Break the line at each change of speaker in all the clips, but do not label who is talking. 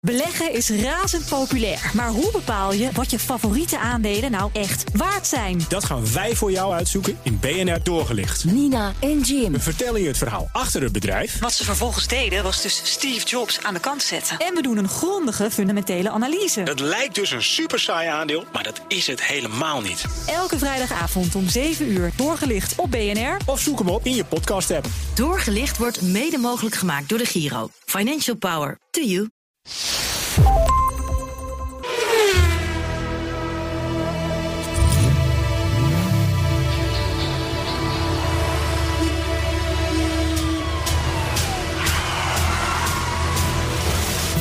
Beleggen is razend populair. Maar hoe bepaal je wat je favoriete aandelen nou echt waard zijn?
Dat gaan wij voor jou uitzoeken in BNR Doorgelicht.
Nina en Jim.
We vertellen je het verhaal achter het bedrijf.
Wat ze vervolgens deden was dus Steve Jobs aan de kant zetten.
En we doen een grondige fundamentele analyse.
Het lijkt dus een super saai aandeel, maar dat is het helemaal niet.
Elke vrijdagavond om 7 uur doorgelicht op BNR.
Of zoek hem op in je podcast-app.
Doorgelicht wordt mede mogelijk gemaakt door de Giro. Financial power to you.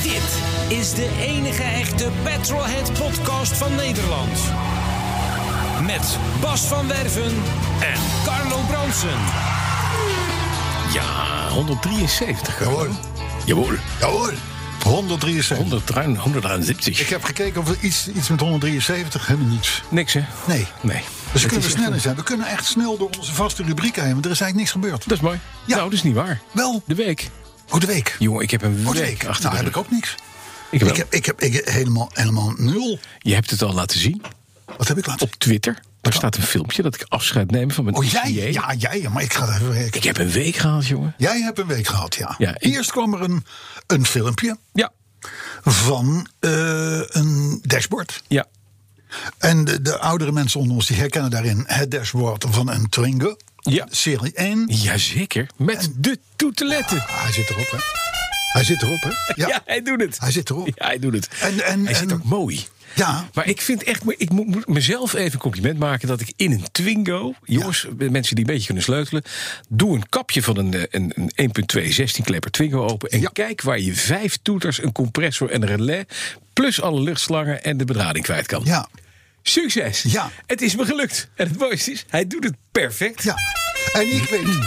Dit is de enige echte Petrolhead podcast van Nederland. Met Bas van Werven en Carlo Bronsen.
Ja, 173.
Jawohl.
Jawohl.
Jawohl. 173.
100, 173.
Ik heb gekeken of er iets, iets met 173 hebben niets.
niks, hè?
Nee.
Nee.
Dus kunnen
Het is
we
echt
sneller
een-
zijn. We kunnen echt snel door onze vaste rubrieken heen, want er is eigenlijk niks gebeurd.
Dat is mooi.
Ja.
Nou, dat is niet waar.
Wel,
De week.
oh de week.
Jongen, ik heb een week,
Oh de week.
achter
Nou
de
heb
rug.
ik ook niks.
Ik wel.
Ik heb, ik heb, ik heb helemaal, helemaal nul.
Je hebt het al laten zien
Wat heb ik laten
op Twitter. Daar staat een filmpje dat ik afscheid neem van mijn
Oh jij?
ICA.
Ja, jij. Maar ik ga even
Ik
werken.
heb een week gehaald, jongen.
Jij hebt een week gehad, ja.
Ja, ik-
Eerst kwam er een, een filmpje
Ja.
van eh, een dashboard.
Ja.
En de, de oudere mensen onder ons die herkennen daarin het dashboard van een Twingo.
Ja.
Serie 1.
Jazeker. Met de toeteletten.
Ah, hij zit erop, hè? Hij zit erop, hè?
Ja. hij doet het.
Hij zit erop.
Ja, hij doet het.
En- en-
hij zit
en-
ook mooi.
Ja.
Maar ik vind echt, ik moet, moet mezelf even een compliment maken dat ik in een Twingo, jongens, mensen die een beetje kunnen sleutelen, doe een kapje van een, eh, een, een 1.2 16 klepper Twingo open en
Ja.
kijk waar je vijf toeters, een compressor en een relais, plus alle luchtslangen en de bedrading kwijt kan.
Ja.
Succes!
Ja.
Het is me gelukt. En het mooiste is, hij doet het perfect.
Ja. En ik weet...
Hmm.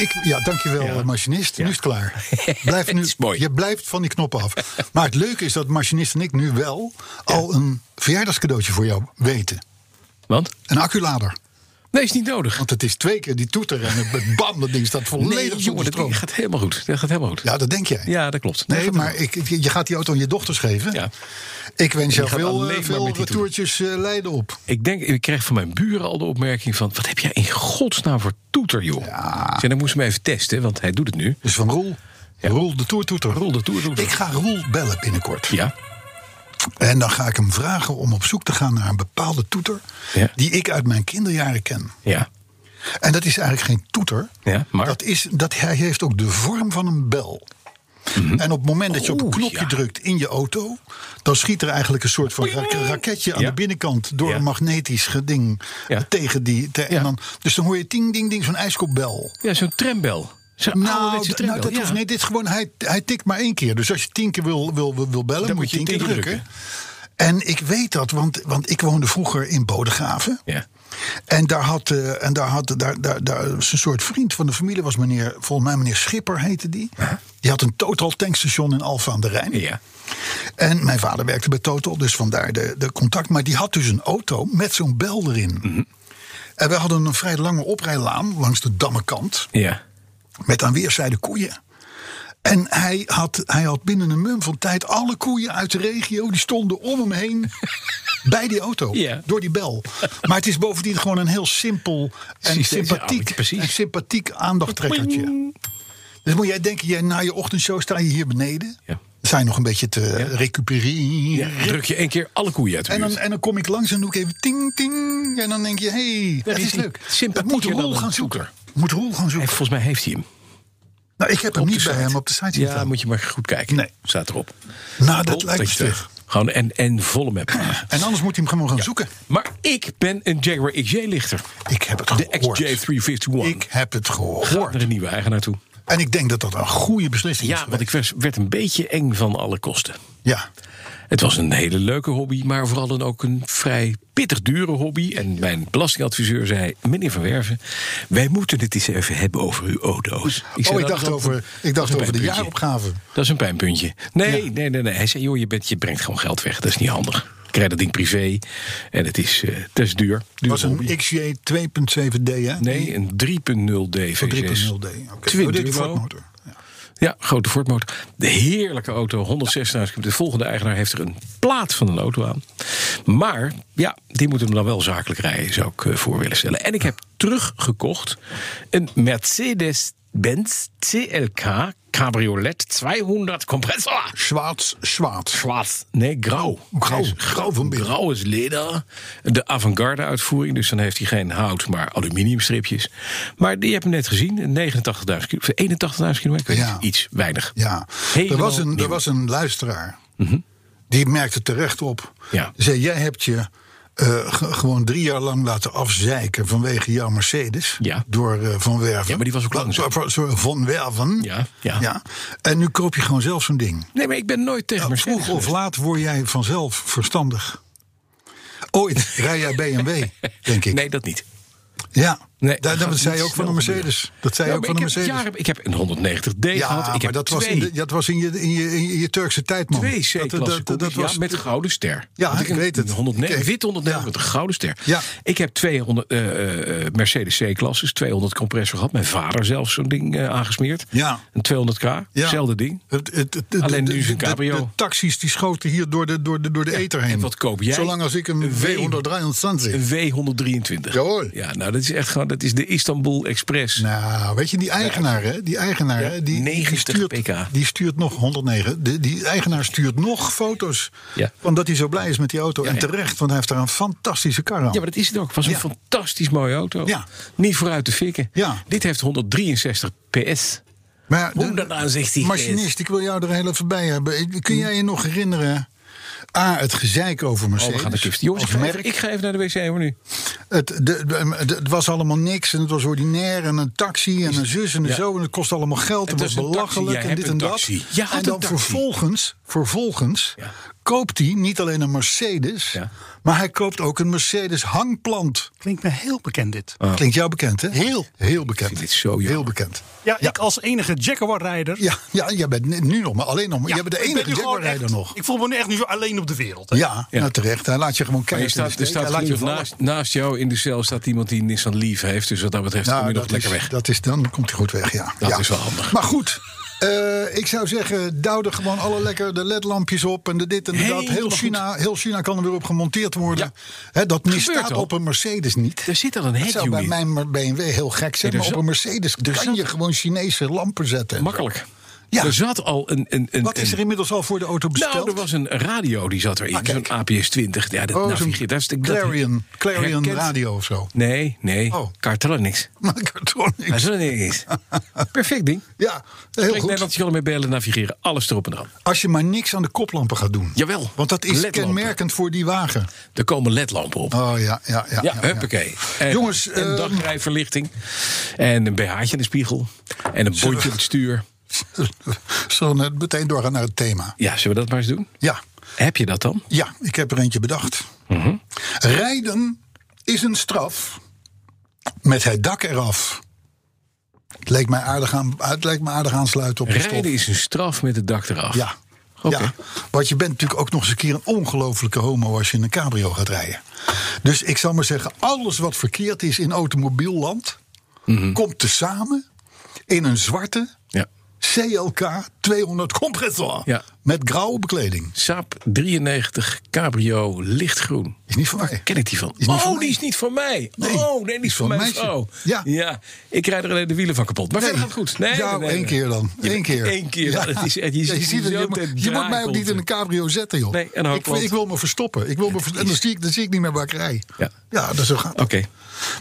Ik, ja, dankjewel, machinist. Nu is het klaar. Blijf nu,
Het is mooi.
Je blijft van die knoppen af. Maar het leuke is dat machinist en ik nu wel al een verjaardagscadeautje voor jou weten.
Want?
Een acculader.
Nee, is niet nodig.
Want het is twee keer die toeter en het bam, dat ding staat volledig
nee, jongen,
zonder
dat
stroom.
ding gaat helemaal goed. Dat gaat helemaal goed.
Ja, dat denk jij.
Ja, dat klopt. Dat
Nee,
gaat
maar ik, je je gaat die auto aan je dochters geven.
Ja.
Ik wens jou
gaat
veel,
alleen
eh,
maar
veel
met die
retourtjes eh, Leiden op.
Ik denk, ik kreeg van mijn buren al de opmerking van... wat heb jij in godsnaam voor toeter, joh? Ja. En dan moest ik hem even testen, want hij doet het nu.
Dus van Roel. Roel de toertoeter.
Roel de toertoeter.
Ik ga Roel bellen binnenkort.
Ja,
En dan ga ik hem vragen om op zoek te gaan naar een bepaalde toeter...
Ja.
die ik uit mijn kinderjaren ken.
ja,
En dat is eigenlijk geen toeter.
Ja, maar?
dat is, dat, hij heeft ook de vorm van een bel. En op het moment dat je op een
Mhm. Oeh,
knopje
ja.
drukt in je auto... dan schiet er eigenlijk een soort van rak- raketje aan
Ja.
de binnenkant... door
Ja.
een magnetisch geding
Ja.
tegen die... te-
Ja.
en dan, dus dan hoor je ting, ding, ding, zo'n ijskopbel.
ja zo'n trambel. Zo'n
Nou,
ouderwetse
d- nou,
trambel.
dat
ja.
hoeft niet. Dit is gewoon, hij, hij tikt maar één keer. Dus als je tien keer wil, wil, wil, wil bellen, moet je tien keer drukken. En ik weet dat, want, want ik woonde vroeger in Bodegraven.
Ja.
En daar had, eh, en daar had daar, daar, daar, was een soort vriend van de familie, was meneer, volgens mij meneer Schipper heette die. Die had een Total tankstation in Alfa aan de Rijn.
ja,
En mijn vader werkte bij Total, dus vandaar de, de contact. Maar die had dus een auto met zo'n bel erin. En we hadden een vrij lange oprijlaan langs de dammenkant
ja.
met aan weerszijden koeien. En hij had, hij had binnen een mum van tijd alle koeien uit de regio... die stonden om hem heen bij die auto,
Ja.
door die bel. Maar het is bovendien gewoon een heel simpel en
Systeem-
sympathiek,
ja, precies.
en sympathiek aandachttrekkertje. Dus moet jij denken, jij, na je ochtendshow sta je hier beneden...
Ja.
zijn nog een beetje te recupereren...
Druk je één keer alle koeien uit de
En
buurt.
dan, en dan kom ik langs en doe ik even ting, ting. En dan denk je, hé, hey, dat
is
is
hij.
leuk. Dat
Sympathieker
moet
dan
Roel
een
gaan zoeken.
zoeker.
Moet Roel gaan
En
zoeken.
volgens mij heeft hij hem.
Nou, ik heb hem
Op
niet
de
bij
site.
hem op de site
Ja,
staan.
moet je maar goed kijken.
Nee.
Staat erop.
Nou, dat
Op
lijkt me
Twitter.
stug.
Gewoon en, en volle map.
En anders moet hij hem gewoon gaan zoeken.
Maar ik ben een Jaguar XJ-lichter.
Ik heb het
De
gehoord.
XJ351.
Ik heb het
Gaat
gehoord.
er een nieuwe eigenaar toe.
En ik denk dat dat een goede beslissing is.
Ja, want ik was- werd een beetje eng van alle kosten.
Ja.
Het was een hele leuke hobby, maar vooral dan ook een vrij pittig dure hobby. En mijn belastingadviseur zei: Meneer Van Werven, wij moeten het eens even hebben over uw auto's. zei, "Nou,
oh,
"Dat
ik dacht
is altijd-
over, ik
dat is
dacht
een
over de
pijnpuntje."
jaaropgave.
Dat is een pijnpuntje. Nee, nee, nee, nee. Hij zei: Joh, je, bent, je brengt gewoon geld weg. Dat is niet handig. Ik krijg dat ding privé en het is, eh het is duur.
Het
Duur
was een
hobby.
XJ 2.7D, hè?
Nee, een 3.0 DV6.
3.0D. Oké. Oh, dit is
Twin
de
Duo.
Ford motor. Ja.
Ja, grote Ford motor. De heerlijke auto, 106 De volgende eigenaar heeft er een plaat van een auto aan. Maar ja, die moet hem dan wel zakelijk rijden, zou ik eh, voor willen stellen. En ik heb teruggekocht een Mercedes-Benz CLK Cabriolet 200 compressor.
Zwaarts, zwaard.
Schwarz. Nee, grauw.
Grauw. Grauw van binnen.
Grauw is leder. De avant-garde uitvoering. Dus dan heeft hij geen hout, maar aluminiumstripjes. Maar die hebben we net gezien. 89.000 kilo- 81.000 kilometer. Ik weet
Ja.
niet, Iets weinig.
Ja,
Helemaal
er was, een,
nieuw. Mhm.
er was een luisteraar. Die merkte terecht op.
Ja.
Die Zei, jij hebt je eh, ge- gewoon drie jaar lang laten afzeiken vanwege jouw Mercedes.
Ja.
Door eh, Van Werven.
Ja, maar die was ook lang zo.
Door- voor- sorry, Van Werven.
Ja, ja.
En nu koop je gewoon zelf zo'n ding.
Nee, maar ik ben nooit tegen Mercedes
Oh,
dus.
Vroeg of
geweest.
laat word jij vanzelf verstandig. Ooit rij jij BMW, denk ik.
Nee, dat niet.
Ja,
Nee,
dat,
gaat
dat zei
niet
je ook van
snel
een Mercedes.
gebeuren.
Dat zei je
Ja,
ook
maar
van een
ik heb
Mercedes.
jaren- ik heb een 190D gehad. Ik heb
maar dat was, in
twee-
de- dat was in je, in je, in je Turkse tijd, man.
Twee
Dat- dat-
C-klasse
dat- dat
coupés,
was-
ja, met een gouden ster.
Ja,
Had
ik
een-
weet het.
een 109,
Ik-
wit 109 met een gouden ster.
Ja.
Ik heb twee honderd, eh, eh, Mercedes C-klasses, 200 compressor gehad. Mijn vader zelf zo'n ding eh, aangesmeerd.
Ja.
Een 200k,
Ja.
hetzelfde ding.
Het- het- het-
Alleen
de-
nu is een
de-
cabrio.
De, de taxis die schoten hier door de, door de, door de ether heen.
en wat koop jij?
Zolang als ik een
Een W-
W123 zit.
Een W123.
Jawohl.
Ja, nou dat is echt gewoon, dat is de Istanbul Express.
Nou, weet je, die eigenaar, hè? Die eigenaar,
Ja,
hè, Die, die
90
stuurt,
pk.
Die stuurt nog 109. De, die eigenaar stuurt nog foto's.
Ja.
Van dat hij zo blij is met die auto.
Ja,
en
ja.
terecht, want hij heeft daar een fantastische kar aan.
Ja, maar dat is het ook. Het was een
Ja.
fantastisch mooie auto.
Ja.
Niet vooruit te fikken.
Ja.
Dit heeft 163 PS.
Maar de-
160 PS.
Machinist, ik wil jou er heel even bij hebben. Kun jij je nog herinneren? A, het gezeik over
Hm. Oh,
Mercedes.
we gaan de kist. Jongens, ik
als
ga, even,
merk.
ik ga even naar de wc hoor nu.
Het, de, de- de- het was allemaal niks en het was ordinair en een taxi en een zus en een
Ja.
zo en het kost allemaal geld. Het,
Het was
was
een taxi,
belachelijk
jij
en
hebt
dit
een
en dat.
taxi. Jij had
en dan
een taxi.
vervolgens, vervolgens
Ja.
koopt hij niet alleen een Mercedes,
Ja.
maar hij koopt ook een Mercedes hangplant. Ah.
Klinkt me heel bekend dit.
Klinkt jou bekend, hè?
Heel.
Heel bekend.
vind dit zo jammer.
Heel bekend.
Ja, ik als enige Jaguar-rijder.
Ja, ja, jij bent nu- nu nog maar alleen nog maar.
Ja,
jij bent de
ik ben
enige
nu gewoon
Jaguar-rijder
echt-
nog.
Ik voel me nu echt nu zo alleen op de wereld. hè.
Ja, nou terecht. Hij laat je gewoon
Maar je
kijken.
staat, er
Dus
staat
hij laat je
gelukkig
vallen.
naast, naast jou in de cel staat iemand die een Nissan Leaf heeft. Dus wat dat betreft kom
Nou,
je nog
dat
lekker
is,
weg.
dat is, dan komt hij goed weg, ja.
Dat
Ja.
is wel handig.
Maar goed, eh, ik zou zeggen, douw er gewoon alle lekker de ledlampjes op en de dit en de dat.
Helemaal
Heel
goed.
China, heel China kan er weer op gemonteerd worden.
Ja.
Hè, dat
Gebeurt Dus
misstaat
al.
op een Mercedes niet.
Er zit al een
dat zou
headview
bij
in.
mijn BMW heel gek zijn,
Nee, er
maar op
zat-
een Mercedes
er
kan
zat-
je gewoon Chinese lampen zetten. en zo.
Makkelijk.
Ja.
Er zat al een... een, een
Wat is er
een-
inmiddels al voor de auto besteld?
Nou, er was een radio die zat erin.
Ah,
Zo'n
kijk.
APS 20. Ja, dat
Oh, zo'n
navigeert. Dat is de- dat-
Clarion, Clarion
herkent-
radio of zo.
Nee, nee.
Oh.
Kartellonix.
Maar kartonics.
Kartellonix. Perfect ding.
Ja, heel
Kijk,
goed.
Nederland je allemaal bellen, navigeren. Alles erop en eraan.
Als je maar niks aan de koplampen gaat doen.
Jawel,
Want dat is
ledlampen.
kenmerkend voor die wagen.
Er komen ledlampen op.
Oh ja, ja, ja.
Ja, huppakee. En,
Jongens,
een
ehm,
dagrijverlichting. En een BH'tje in de spiegel. En een
Zullen
bondje op het stuur.
Zullen we het meteen doorgaan naar het thema?
Ja, zullen we dat maar eens doen?
Ja,
Heb je dat dan?
ja ik heb er eentje bedacht.
Mhm.
Rijden is een straf met het dak eraf. Het leek mij aardig, aan, het leek me aardig aansluiten op de stof.
Rijden is een straf met het dak eraf.
Ja.
Oké.
ja. Want je bent natuurlijk ook nog eens een keer een ongelofelijke homo als je in een cabrio gaat rijden. Dus ik zal maar zeggen, alles wat verkeerd is in automobielland...
Mhm.
komt tezamen in een zwarte
Ja.
CLK 200 compressor.
Ja.
Met grauwe bekleding.
Saab 93 Cabrio lichtgroen.
Is niet van mij.
Ken ik die van?
Is niet
oh,
van mij.
die is niet van mij.
Nee,
Oh, nee, die is van,
van
mij.
meisje.
Oh.
Ja.
ja. Ik rijd er alleen de wielen van kapot. Maar verder
Nee.
gaat het goed. Nee,
Ja,
nee, nee,
één
nee.
keer dan.
Ja,
Eén keer.
Eén keer.
Ja.
Ja, dat is, je,
Ja, je ziet het,
zo
je moet-
te
je moet mij ook niet in
draaikolven.
een cabrio zetten, joh.
Nee, en een
ik,
hakplant.
ik wil me verstoppen. Ik wil me, ver- en dan zie, ik, dan zie ik niet meer waar ik rij.
Ja.
ja dat zo gaat het.
Oké,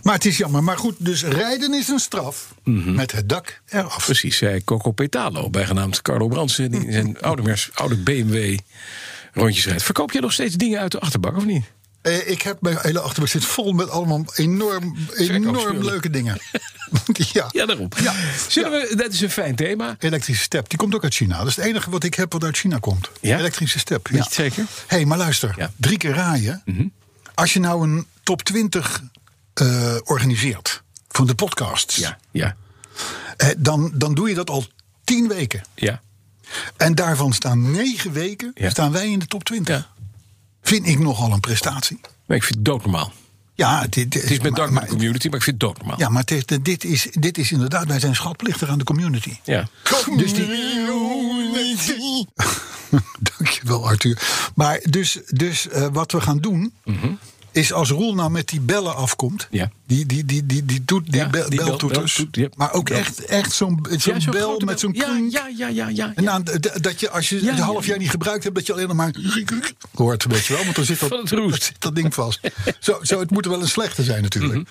Maar het is jammer. Maar goed, dus rijden is een straf
Mhm.
met het dak eraf.
precies. Zei Coco Petalo, bijgenaamd Carlo Brandsen. Die in zijn oude, Mers- oude BMW rondjes rijdt. Verkoop jij nog steeds dingen uit de achterbak, of niet?
Eh, ik heb mijn hele achterbak zit vol met allemaal enorm,
Verkoopspullen.
enorm leuke dingen. ja.
Ja, daarom.
Ja.
Zullen we, dat is een fijn thema.
Elektrische step, die komt ook uit China. Dat is het enige wat ik heb wat uit China komt.
Ja?
Elektrische step.
je het zeker?
Hé, hey, maar luister.
Ja. Mhm.
Drie keer raaien. Als je nou een top 20 eh, organiseert van de podcasts...
Ja, ja,
eh, dan, dan doe je dat al tien weken.
ja.
En daarvan staan negen weken
Ja.
staan wij in de top 20.
Ja.
Vind ik nogal een prestatie.
Maar ik vind het doodnormaal.
Ja, dit, dit-
Het is met
maar-
dank aan de
maar-
community, maar ik vind het doodnormaal.
Ja, maar dit, dit, is, dit is inderdaad, wij zijn schatplichtig aan de community.
Ja.
Dus die... Dankjewel, Arthur. Maar dus, dus eh, wat we gaan doen. Is als Roel nou met die bellen afkomt,
Mhm. Ja.
die, die, die, die, die, toet, die,
Ja,
bel-
die bel-
beltoeters,
beltoet, ja.
maar ook
Bel.
echt, echt zo'n zo'n
Ja, zo'n
bel
grote
met zo'n
Ja,
klunk.
ja, ja, ja, ja.
En
ja.
aan, d- dat je als je
Ja,
een
ja,
half jaar niet gebruikt hebt, dat je alleen nog maar hoort, weet je wel. Want dan zit dat,
Van het roest.
zit dat ding vast. zo, zo, het moet er wel een slechte zijn natuurlijk.
Mhm.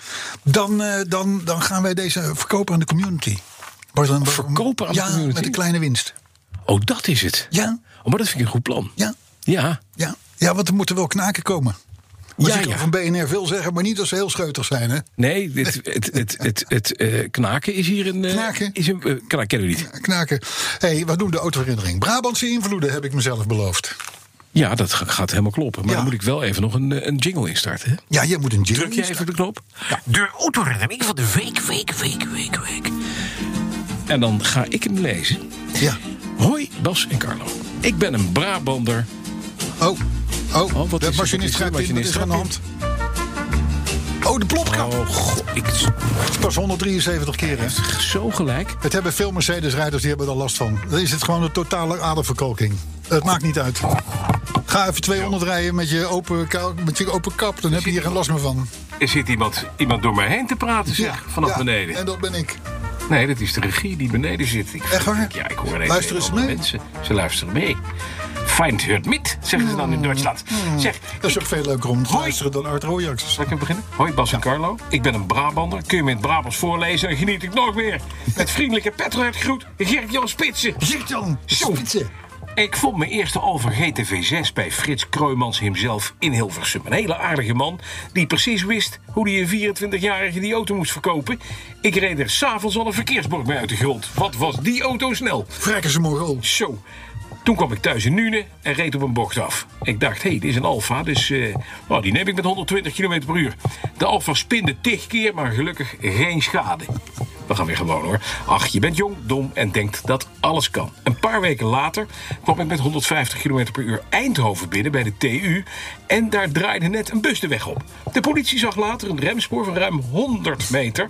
dan, eh, dan, dan gaan wij deze verkopen aan de community. Wordt dan-
Verkopen aan de
ja,
community?
met een kleine winst.
Oh, dat is het.
Ja.
Oh, maar dat vind ik een goed plan.
Ja,
Ja.
ja, ja want er moeten wel knaken komen. Want
Ja,
je kan
ja.
van BNR veel zeggen, maar niet als ze heel scheutig zijn. Hè?
Nee, dit, het, het, het, het eh, knaken is hier een... eh,
Knaken?
Is een eh, knaken kennen we niet.
Knaken. Hé, hey, wat doen de autoherinnering? Brabantse invloeden heb ik mezelf beloofd.
Ja, dat ga- gaat helemaal kloppen. Maar
Ja.
dan moet ik wel even nog een, eh, een jingle instarten. Hè?
Ja, jij moet een jingle
Druk je even op de knop.
De autoherinnering van de week, week, week, week, week.
En dan ga ik hem lezen.
Ja.
Hoi, Bas en Carlo. Ik ben een Brabander.
Oh, oh,
Oh, wat is
de
er? Wat is
machinist
er?
gaat in, wat
Machinist
is er aan de hand?
gaat
Oh, de plopkap.
Oh, god. Ik
Pas 173 keer, hè?
zo gelijk.
Het hebben veel Mercedes-rijders, die hebben er last van. Dan is het gewoon een totale aderverkalking. Het maakt niet uit. Ga even 200 rijden met je open, ka- met je open kap, dan heb je hier geen last meer van.
Er zit iemand, iemand door mij heen te praten, zeg, vanaf
ja,
beneden.
En dat ben ik.
Nee, dat is de regie die beneden zit. Ik,
Echt waar?
ik- Ja, ik hoor ineens
Luisteren
hele
ze
andere
mee?
mensen. Ze luisteren mee. Find hört mit, zeggen ze dan in Duitsland. Zeg,
Hmm. Dat is
ik-
ook veel leuker om te
Hoi.
luisteren dan Art Royax.
Zal ik hem beginnen? Hoi Bas en Carlo, ik ben een Brabander. Kun je me in het Brabants voorlezen en geniet ik nog meer. Met vriendelijke Petrohead groet, Gerrit-Jan Spitsen.
Zit dan!
Zo.
Spitsen.
Ik vond mijn eerste Alfa GTV6 bij Frits Kroijmans himself in Hilversum. Een hele aardige man die precies wist hoe hij een 24-jarige die auto moest verkopen. Ik reed er s'avonds al een verkeersbord mee uit de grond. Wat was die auto snel?
Vrekken ze Mongool.
Zo. Toen kwam ik thuis in Nune en reed op een bocht af. Ik dacht, hé, hey, dit is een Alfa, dus eh, nou, die neem ik met 120 km per uur. De Alfa spinde tig keer, maar gelukkig geen schade. We gaan weer gewoon hoor. Ach, je bent jong, dom en denkt dat alles kan. Een paar weken later kwam ik met 150 km per uur Eindhoven binnen bij de TU. En daar draaide net een bus de weg op. De politie zag later een remspoor van ruim 100 meter.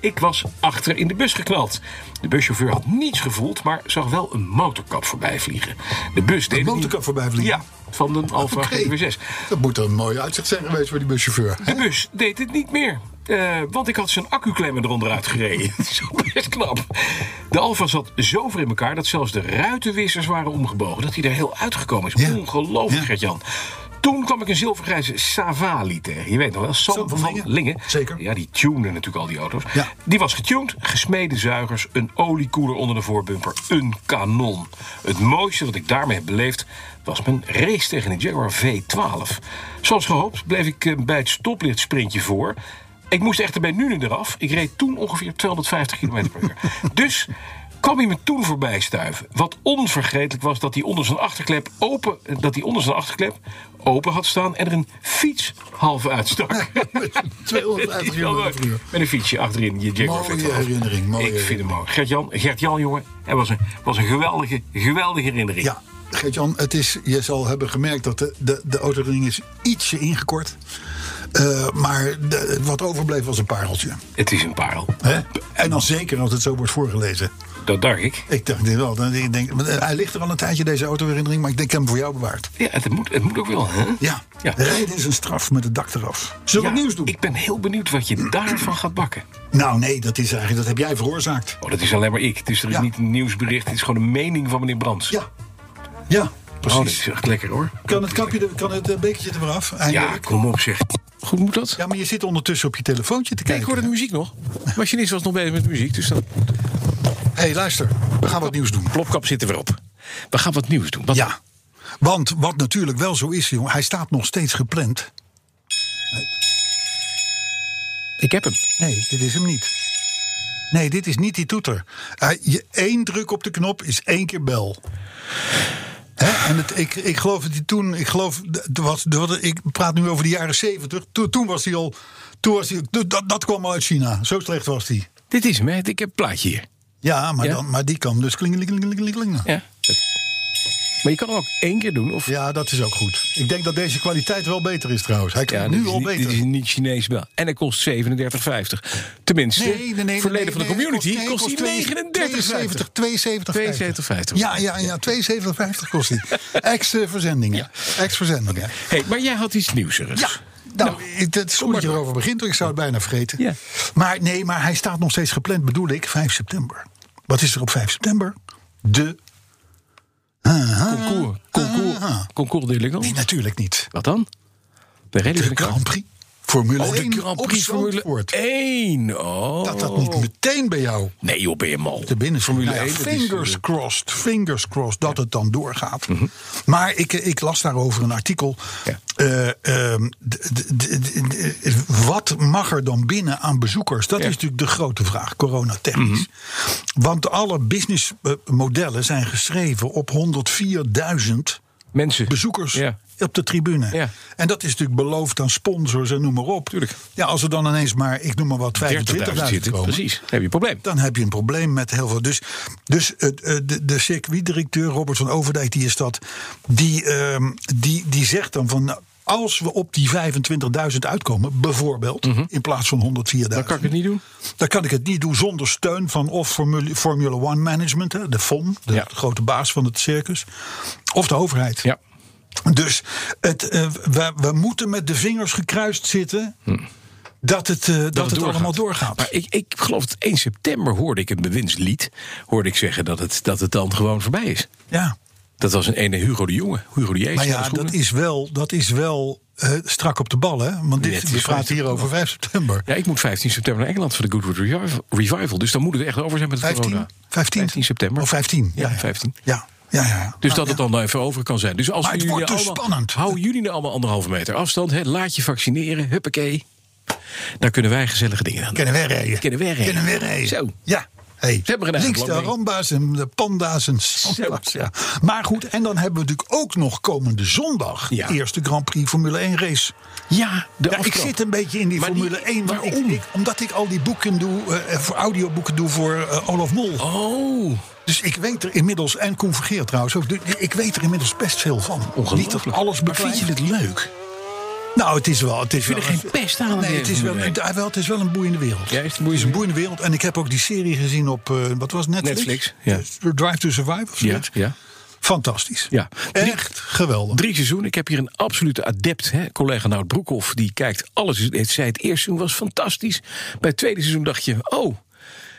Ik was achter in de bus geknald. De buschauffeur had niets gevoeld, maar zag wel een motorkap voorbij vliegen. De bus deed. het niet-
motorkap voorbij vliegen?
Ja, van een Alfa
Oké.
GTW6.
Dat moet een mooi uitzicht zijn geweest voor die buschauffeur.
De bus deed het niet meer. Eh, want ik had zijn accuklemmen eronder uitgereden. Zo best knap. De Alfa zat zo ver in elkaar dat zelfs de ruitenwissers waren omgebogen. Dat hij er heel uitgekomen is.
Ja.
Ongelooflijk,
Ja.
Gert-Jan. Toen kwam ik een zilvergrijze Savali tegen. Je weet nog wel, Sam,
Sam
van,
van
Lingen.
Lingen. Zeker.
Ja, die tunen natuurlijk al die auto's.
Ja.
Die was getuned, gesmeden zuigers, een oliekoeler onder de voorbumper, een kanon. Het mooiste wat ik daarmee heb beleefd was mijn race tegen een Jaguar V12. Zoals gehoopt bleef ik eh, bij het stoplichtsprintje voor. Ik moest echter bij Nune eraf. Ik reed toen ongeveer 250 km per uur. Dus kwam hij me toen voorbij stuiven. Wat onvergetelijk was dat hij onder zijn achterklep open, dat hij onder zijn achterklep open had staan... en er een fiets half uitstak.
250
Is wel
euro per
leuk.
uur.
Met een fietsje achterin. Je Jaguar
Mooie
V12.
herinnering, mooie
Ik vind hem mooi. Gert-Jan, Gert-Jan jongen, het was een, was een geweldige, geweldige herinnering.
Ja, Gert-Jan, het is, je zal hebben gemerkt dat de, de, de autoring is ietsje ingekort. Eh, maar de- wat overbleef was een pareltje.
Het is een parel.
Hè? En dan zeker als het zo wordt voorgelezen.
Dat dacht ik.
Ik dacht dit wel. Dan denk, ik, denk- want, eh, hij ligt er al een tijdje, deze autoherinnering, maar ik denk ik heb hem voor jou bewaard.
Ja, het moet, het moet ook wel, hè?
Ja,
Ja.
rijden is een straf met het dak eraf. Zullen we
Ja,
wat nieuws doen?
Ik ben heel benieuwd wat je daarvan gaat bakken.
Nou nee, dat, is eigenlijk, dat heb jij veroorzaakt.
Oh, dat is alleen maar ik. Dus er is
Ja.
niet een nieuwsbericht. Het is gewoon een mening van meneer Brands.
Ja, ja
Oh, dat
precies.
is echt lekker, hoor.
kan het, kapje er- kan het eh, bekertje er maar af?
Ja,
eindelijk?
kom op, zeg.
Goed moet dat?
ja, maar je zit ondertussen op je telefoontje te
Kijk, ik
kijken.
hoorde de muziek nog. De machinist was nog bezig met de muziek, dus dan...
Hé, hey, luister. We gaan wat nieuws doen.
Plopkap zit er weer op. We gaan wat nieuws doen. Wat-
Ja, want wat natuurlijk wel zo is, jongen, hij staat nog steeds gepland.
Ik heb hem.
Nee, dit is hem niet. Nee, dit is niet die toeter. Hij- je, één druk op de knop is één keer bel. Hè? En het, ik, ik geloof dat hij toen, ik geloof, d- er was, er was- ik praat nu over de jaren zeventig. Toen, toen was hij al, toen was hij, d- dat, dat kwam al uit China. Zo slecht was hij.
Dit is hem, hè. Ik heb het plaatje hier.
Ja, maar,
Ja.
Dan, maar die kan dus klingelingelingelingeling.
Ja. Dat-
Maar je kan hem ook één keer doen. Of,
Ja, dat is ook goed. Ik denk dat deze kwaliteit wel beter is trouwens. Hij kan
Ja, dit
nu
is
al
niet-
beter.
Dit is niet Chinees wel. En hij kost 37,50. Tenminste,
Nee, nee, nee,
verleden
nee,
van
nee,
de community
nee,
kost, hij
72,
39,50.
72,
72,50.
Ja, ja, ja, 72,50 kost eh, die. Ex-verzendingen. Ex-verzendingen.
Hey, maar jij had iets nieuws, Rus.
Ja. Nou, het het is goed dat je erover begint, want ik zou het bijna vergeten.
Ja.
Maar nee, maar hij staat nog steeds gepland, bedoel ik, 5 september. Wat is er op 5 september? De.
Concours. Concours. Concours de
Ah. Nee,
Elegance.
natuurlijk niet.
Wat dan? De rally van
De
de
Grand Prix. Formule
Oh,
1
de Grand
op
Prix Formule
Zandvoort.
1. Oh.
Dat dat niet meteen bij jou
Nee, joh, ben je mal.
te binnen zit.
Formule
Nou ja,
1. dat is- eh,
fingers crossed, fingers crossed dat het dan doorgaat. Maar ik, eh, ik las daarover een artikel.
Mhm. Ja.
Eh, ehm, d- d- d- d- d- wat mag er dan binnen aan bezoekers? Dat
Ja. Mhm.
is natuurlijk de grote vraag, coronatechnisch. Want alle businessmodellen zijn geschreven op 104.000
Mensen.
bezoekers
Ja.
op de tribune.
Ja.
En dat is natuurlijk beloofd aan sponsors en noem maar op.
Tuurlijk.
Ja, als er dan ineens maar, ik noem maar wat,
30.000
25.000
zitten.
komen
Precies. Dan heb je een probleem.
dan heb je een probleem met heel veel. Dus, dus eh, eh, de, de circuitdirecteur Robert van Overdijk, die is dat, die, ehm, die, die zegt dan van. nou, Als we op die 25.000 uitkomen, bijvoorbeeld, in plaats van 104.000.
Dan Mhm. kan ik het niet doen.
Dan kan ik het niet doen zonder steun van of Formule, Formula One Management, hè, de FOM, de
Ja.
grote baas van het circus, of de overheid.
Ja.
Dus het, eh, we, we moeten met de vingers gekruist zitten
Hm.
dat het, eh, dat het, allemaal doorgaat.
Maar ik, ik geloof dat 1 september hoorde ik een bewindslied. Hoorde ik zeggen dat het, dat het dan gewoon voorbij is.
ja.
Dat was een ene Hugo de Jonge. Hugo de Jezus.
Maar ja, dat is wel, dat is wel eh, strak op de bal, hè? Want
Ja, het
dit,
is
we praten
15
hier over 5 september.
Ja, ik moet 15 september naar Engeland voor de Goodwood Revival- Revival. Dus dan moet het echt over zijn met
15,
corona.
15?
15 september.
Oh, 15.
Ja, 15.
Ja, ja, ja. ja.
Dus
Nou,
dat het
ja.
dan even over kan zijn. Dus als
Maar het
jullie
wordt dus
allemaal,
spannend.
Hou jullie nou allemaal anderhalve meter afstand. Hè, laat je vaccineren. Huppakee. Dan kunnen wij gezellige dingen aan doen.
Kunnen wij rijden.
Kunnen wij rijden.
Kunnen wij rijden.
Zo.
Ja. Hey,
hebben gedaan.
links de
Belangrijk.
ramba's en de panda's en samba's, ja. Maar goed, en dan hebben we natuurlijk ook nog komende zondag...
Ja.
de eerste Grand Prix Formule 1 race.
Ja, de
Ja, ik
aftrap.
zit een beetje in die
Maar
Formule
die-
1. want ik-
waarom?
ik- omdat ik al die boeken doe, eh, voor audioboeken doe voor eh, Olaf Mol.
Oh,
Dus ik weet er inmiddels, en Koen Vergeer trouwens ook, dus ik weet er inmiddels best veel van. Niet
ongelooflijk.
dat alles
maar vind
beklijft.
je het leuk?
Nou, het is wel... Het is
vind er
wel-
geen pest aan,
Nee, het is, wel,
nee.
het, wel, het is wel een boeiende wereld.
Ja, is het een
Het is
boeiende
een boeiende wereld. En ik heb ook die serie gezien op, eh, wat was het, Netflix?
Netflix, ja.
Eh, Drive to Survive of
Ja,
zoiets.
ja.
Fantastisch.
Ja.
Echt geweldig.
Drie seizoenen. Ik heb hier een absolute adept, hè? collega Nout Broekhoff. Die kijkt alles. Hij zei het eerste seizoen was fantastisch. Bij het tweede seizoen dacht je, oh,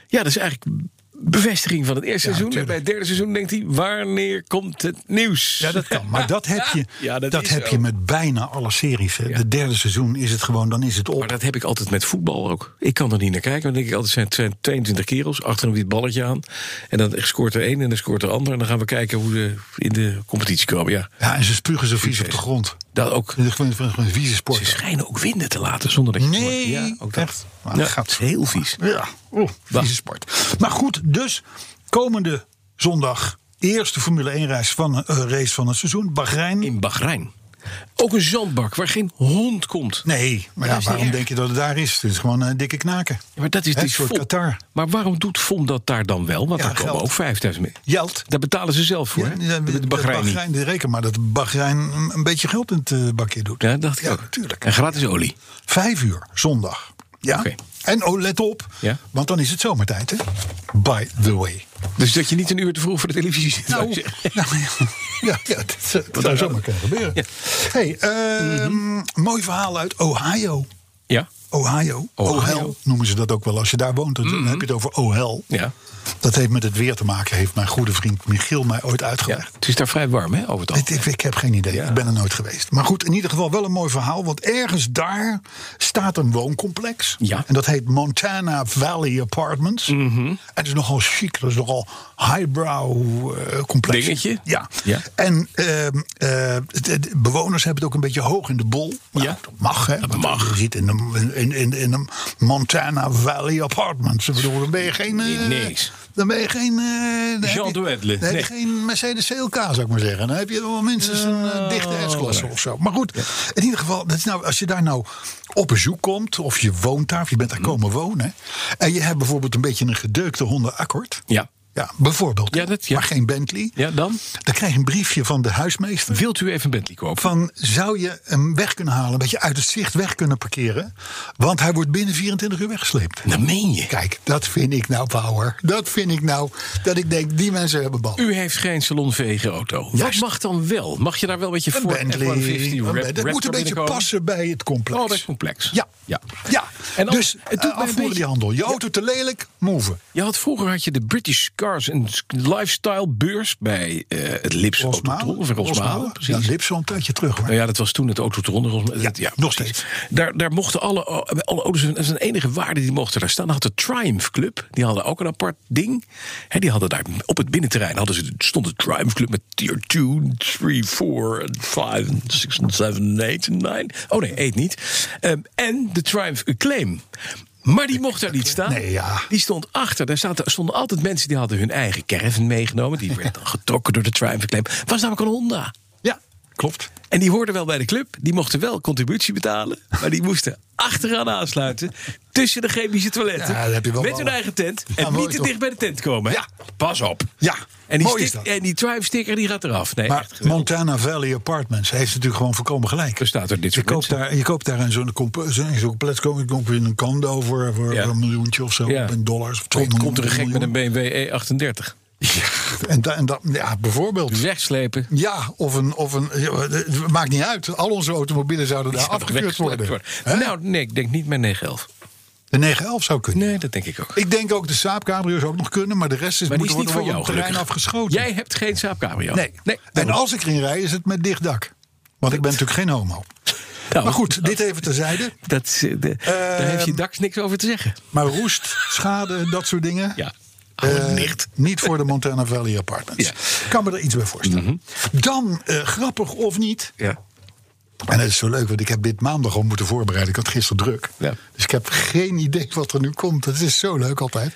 ja, dat is eigenlijk bevestiging van het eerste seizoen. En bij het derde seizoen denkt hij, wanneer komt het nieuws?
Ja, dat kan. Maar dat heb je,
Ja, dat
dat
is
heb
zo.
je met bijna alle series. hè. De derde seizoen is het gewoon, dan is het op.
Maar dat heb ik altijd met voetbal ook. Ik kan er niet naar kijken. Want dan denk ik altijd, het zijn 22 kerels achter een wit balletje aan. En dan scoort er één en dan scoort er ander. En dan gaan we kijken hoe ze in de competitie komen. Ja,
Ja, en ze spugen zo vies op de grond.
dat ook.
Het is gewoon gewoon- gewoon een vieze
Ze
sport.
schijnen ook winden te laten zonder dat je...
Nee,
Ja, ook dat.
echt. Maar
Ja,
dat gaat-
het is heel vies.
Ja, oh, vieze sport. Maar goed, dus komende zondag eerste Formule 1 race van, eh, race van het seizoen. Bahrein.
in Bahrein. Ook een zandbak waar geen hond komt.
Nee, maar ja,
Dat is niet
waarom
erg.
denk je dat het daar is? Het is gewoon een dikke knaken.
Ja, maar dat is
Hè,
dus
een soort
FOM.
Qatar.
Maar waarom doet FOM dat daar dan wel? Want
Ja,
daar komen
geld.
ook 5000 mee.
Geld.
Daar betalen ze zelf voor,
Ja,
hè?
ja,
de Bahrein niet.
Bahrein, reken maar dat Bahrein een een beetje geld in het eh, bakje doet.
Ja, dat dacht ik
Ja,
ook.
natuurlijk.
En gratis olie.
Vijf uur zondag. Ja.
Oké.
En oh, let op,
Ja.
want dan is het zomertijd, hè? By the way.
Dus dat je niet een uur te vroeg voor de televisie zit. wou ik
Nou,
zeggen.
nou, ja, ja, dat, is- dat zou zomaar kunnen gebeuren. Hey, ehm,
Mhm.
mooi verhaal uit Ohio.
Ja?
Ohio.
Ohio. Mhm.
Ohel noemen ze dat ook wel. Als je daar woont, dan heb je het over Ohel.
Ja.
Dat heeft met het weer te maken, heeft mijn goede vriend Michiel mij ooit
ja.
uitgelegd.
Het is daar vrij warm, hè, over het
Het-
algemeen.
ik, ik heb geen idee, ik ben er nooit geweest. Maar goed, in ieder geval wel een mooi verhaal. Want ergens daar staat een wooncomplex.
Ja. Mhm.
En dat heet Montana Valley Apartments. En het is nogal chic, dat is nogal highbrow eh, complex.
Dingetje.
Ja.
Ja.
En ehm, eh, het- het- bewoners hebben het ook een beetje hoog in de bol. Nou,
Ja.
Dat mag, hè? Dat mag. Je zit in een, in, in, in een Montana Valley Apartments. Ik bedoel, dan ben je geen... eh,
Niks.
Dan ben je geen... eh, dan
Jean
heb je-
de Wedle.
dan heb je
Nee.
geen Mercedes CLK, zou ik maar zeggen. Dan heb je wel minstens een eh, dichte S-klasse of zo. Maar goed, in ieder geval, dat is nou, als je daar nou op bezoek komt... of
Mm.
je woont daar, of je bent daar komen wonen... en je hebt bijvoorbeeld een beetje een gedeukte Honda Accord...
Ja.
Ja, bijvoorbeeld.
Ja, dat- ja.
Maar geen Bentley.
Ja, dan?
Dan krijg je een briefje van de huismeester.
Wilt u even een Bentley kopen?
Van zou je hem weg kunnen halen, een beetje uit het zicht weg kunnen parkeren? Want hij wordt binnen 24 uur weggesleept.
Dat meen je.
Kijk, dat vind ik nou power. Dat vind ik nou dat ik denk, die mensen hebben bal.
U heeft geen salonvege auto.
Juist.
Wat mag dan wel? Mag je daar wel met je
Een
Ford
Bentley.
F-150
een
Rap-
Bentley. Dat moet
Raptor
een beetje
binnenkomen?
passen bij het complex.
Oh, dat is complex.
Ja.
ja.
Ja,
En dan-
dus
het doet
het
mij een
afvoeren
beetje-
die handel. Je auto te lelijk, move.
Je had, vroeger had je de British Cars and Lifestyle beurs bij eh, het Lips Autotron. Of in Rosmalen, precies.
Ja, Lips al een tijdje terug. Maar
Nou ja, dat was toen het Autotron. de Rosmalen.
Ja,
Dat- ja,
nog
precies.
steeds.
Daar, daar mochten alle, alle auto's, dat is een enige waarde die mochten daar staan. Dan had de Triumph Club, die hadden ook een apart ding. Hè, die hadden daar op het binnenterrein, hadden ze, stond de Triumph Club met tier 2, 3, 4, en 5, en 6, en 7, en 8 en 9. Oh nee, 8 niet. Ehm, en de Triumph Acclaim. Maar die mocht daar niet staan.
Nee, ja.
Die stond achter. Daar zaten- stonden altijd mensen die hadden hun eigen caravan meegenomen. Die werd dan getrokken door de Triumph Acclaim. Was namelijk een Honda.
Ja, klopt.
En die hoorden wel bij de club. Die mochten wel contributie betalen. Maar die moesten achteraan aansluiten. Tussen de chemische toiletten.
Ja, dat heb je wel
met hun
wel.
eigen tent.
Ja,
en
mooi
niet te
toch?
dicht bij de tent komen. hè?
Ja.
Pas op.
Ja,
En die,
mooi is
stik-
dat.
en die Triumph sticker die gaat eraf. Nee,
Maar
echt geweldig.
Montana Valley Apartments heeft natuurlijk gewoon voorkomen gelijk.
Er staat er dit
je,
soort
koopt
mensen.
daar, je koopt daar een zo'n comp- zo'n zo'n complex, kom- koop je een condo voor, voor
Ja.
een miljoentje of zo,
Ja.
een dollars of twee
Komt-
miljoen,
Komt er een gek met een
miljoen.
BMW E38.
En, da- en dat, ja, bijvoorbeeld.
Wegslepen.
Ja, of een, of een. ja, het Maakt niet uit. Al onze automobielen zouden daar afgekeurd
Wegslepen
worden. Hè?
Nou, nee, ik denk niet mijn 911.
De 911 zou kunnen.
Nee, dat denk ik ook.
Ik denk ook de Saab cabrio's ook nog kunnen, maar de rest is,
Maar die
moet
is niet
worden wel
voor jou,
op het terrein
gelukkig.
afgeschoten.
Jij hebt geen Saab Cabrio.
Nee. En als ik ging rijden, is het met dicht dak. Want ik ben natuurlijk geen homo.
Nou,
Maar goed, dit even terzijde.
Dat, is, eh, de- daar heeft je
Ehm,
Dax niks over te zeggen.
Maar roest, schade, dat soort dingen.
Ja.
Eh,
Oh, nicht.
niet voor de Montana Valley Apartments.
Ja. Mhm.
Kan me er iets bij voorstellen. Dan, eh, grappig of niet.
Ja.
En dat is zo leuk, want ik heb dit maandag al moeten voorbereiden. Ik had gisteren druk.
Ja.
Dus ik heb geen idee wat er nu komt. Het is zo leuk altijd.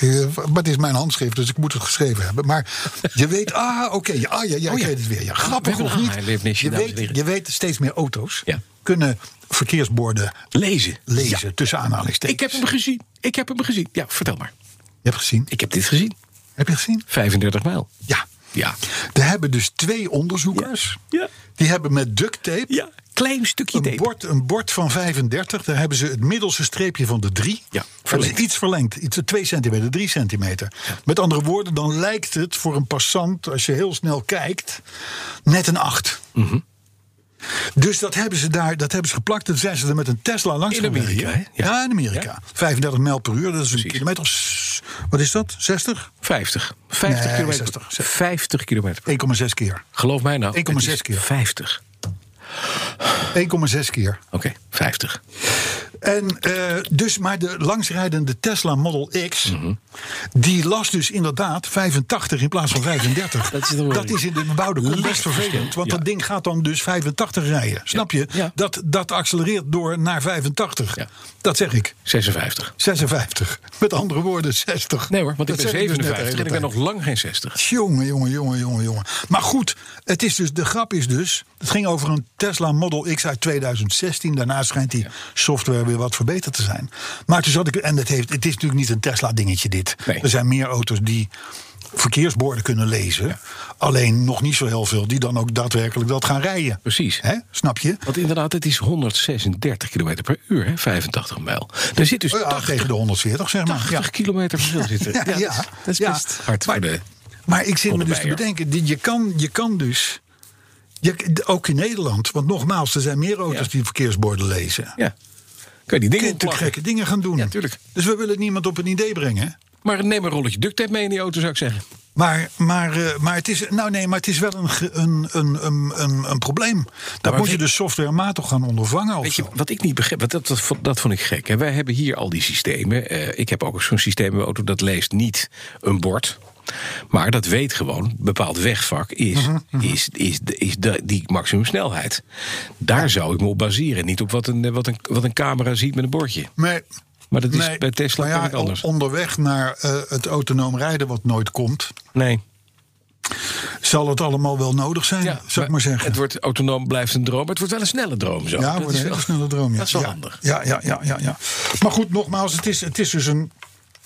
Eh, Maar het is mijn handschrift, dus ik moet het geschreven hebben. Maar je weet, ah, oké, ja, ah, ja, ja, ik weet het weer. Ja, grappig
Oh, hebben
of
een
niet.
aha-erlebnisje,
Je
dames en
weet,
heren.
je weet steeds meer auto's
Ja.
kunnen verkeersborden
Lezen.
lezen.
Ja.
Tussen aanhalingstekens.
Ik heb hem gezien. Ik heb hem gezien. Ja, vertel maar.
Je hebt gezien?
Ik heb dit gezien.
Heb je gezien?
35 mijl.
Ja.
Ja.
Er hebben dus twee onderzoekers.
Ja.
Die hebben met duct tape
Ja. Klein stukje
een
tape.
bord, een bord van 35, daar hebben ze het middelste streepje van de 3.
Ja, verlengd.
verlengd. Iets verlengd, iets 2 centimeter, 3 centimeter. Met andere woorden, dan lijkt het voor een passant, als je heel snel kijkt, net een 8.
Mhm.
Dus dat hebben ze daar, dat hebben ze geplakt. Dan zijn ze er met een Tesla langs
In
gaan rijden.
Amerika, hè? Ja.
Ja. in Amerika. 35 mijl per uur, dat is een kilometer. of s- Wat is dat? 60?
50. 50
Nee,
kilometer.
60.
50 kilometer.
1,6 keer.
Geloof mij nou.
1,6
het is
keer.
50.
1,6 keer.
Oké, 50.
En eh, dus, maar de langsrijdende Tesla Model X,
Mhm.
die las dus inderdaad 85 in plaats van 35.
Dat is toch wel-
dat is in de bebouwde kom best
Lichtverschil,
vervelend, want
ja.
dat ding gaat dan dus 85 rijden. Snap je?
Ja.
Dat, dat accelereert door naar 85.
Ja.
Dat zeg ik.
56.
56. Met andere woorden, 60.
Nee hoor, want ik
Dat
ben
zeg dus net de
57
hele
en ik ben
tijd.
nog lang geen 60.
Jongen, jongen, jongen, jongen, jongen. Maar goed, het is dus, de grap is dus... het ging over een Tesla Model X uit 2016. Daarna schijnt die software weer wat verbeterd te zijn. Maar toen zat ik... en het, heeft, het is natuurlijk niet een Tesla dingetje dit.
Nee.
Er zijn meer auto's die verkeersborden kunnen lezen. Alleen nog niet zo heel veel die dan ook daadwerkelijk dat gaan rijden.
Precies.
Hè? Snap je?
Want inderdaad, het is 136 kilometer per uur, hè? 85 mijl. Er zit dus
Oh ja,
80,
tegen de 140, zeg maar.
80 kilometer verschil zitten.
Ja, ja.
dat, is- dat is
Ja.
best hard voor de...
Maar ik zit me dus te
Koldebeer.
bedenken, die- je kan, je kan dus. Je, ook in Nederland, want nogmaals, er zijn meer auto's
Ja.
die verkeersborden lezen.
Ja.
Je
Kun je die dingen
kunt natuurlijk
opplakken.
gekke dingen gaan doen.
Ja, tuurlijk.
Dus we willen niemand op een idee brengen.
Maar neem een rolletje duct tape mee in die auto, zou ik zeggen.
Maar, maar, eh, maar, het, is, nou nee, maar het is wel een, ge- een, een, een, een, een probleem. Dat
maar
moet je
weet-
dus softwarematig gaan ondervangen. Of
Weet je,
zo.
wat ik niet begreep, want dat, dat, vond- dat vond ik gek. Hè? Wij hebben hier al die systemen. Eh, ik heb ook zo'n systeem in mijn auto dat leest niet een bord. Maar dat weet gewoon, een bepaald wegvak is,
Mhm,
is, is, de- is de- die maximumsnelheid. Daar zou ik me op baseren. Niet op wat een, eh, wat, een, wat een camera ziet met een bordje.
Nee.
Maar dat is
Nee.
bij Tesla
Maar ja,
kennelijk anders.
on- Onderweg naar eh, het autonoom rijden, wat nooit komt,
Nee.
zal het allemaal wel nodig zijn, zou ik maar zeggen.
Het wordt autonoom, blijft een droom. Maar het wordt wel een snelle droom zo.
Ja,
Dat
wordt
is
een hele
wel-
snelle droom. Ja.
Dat is wel
ja.
handig.
Ja, ja, ja, ja, ja. Maar goed, nogmaals, het is, het is dus een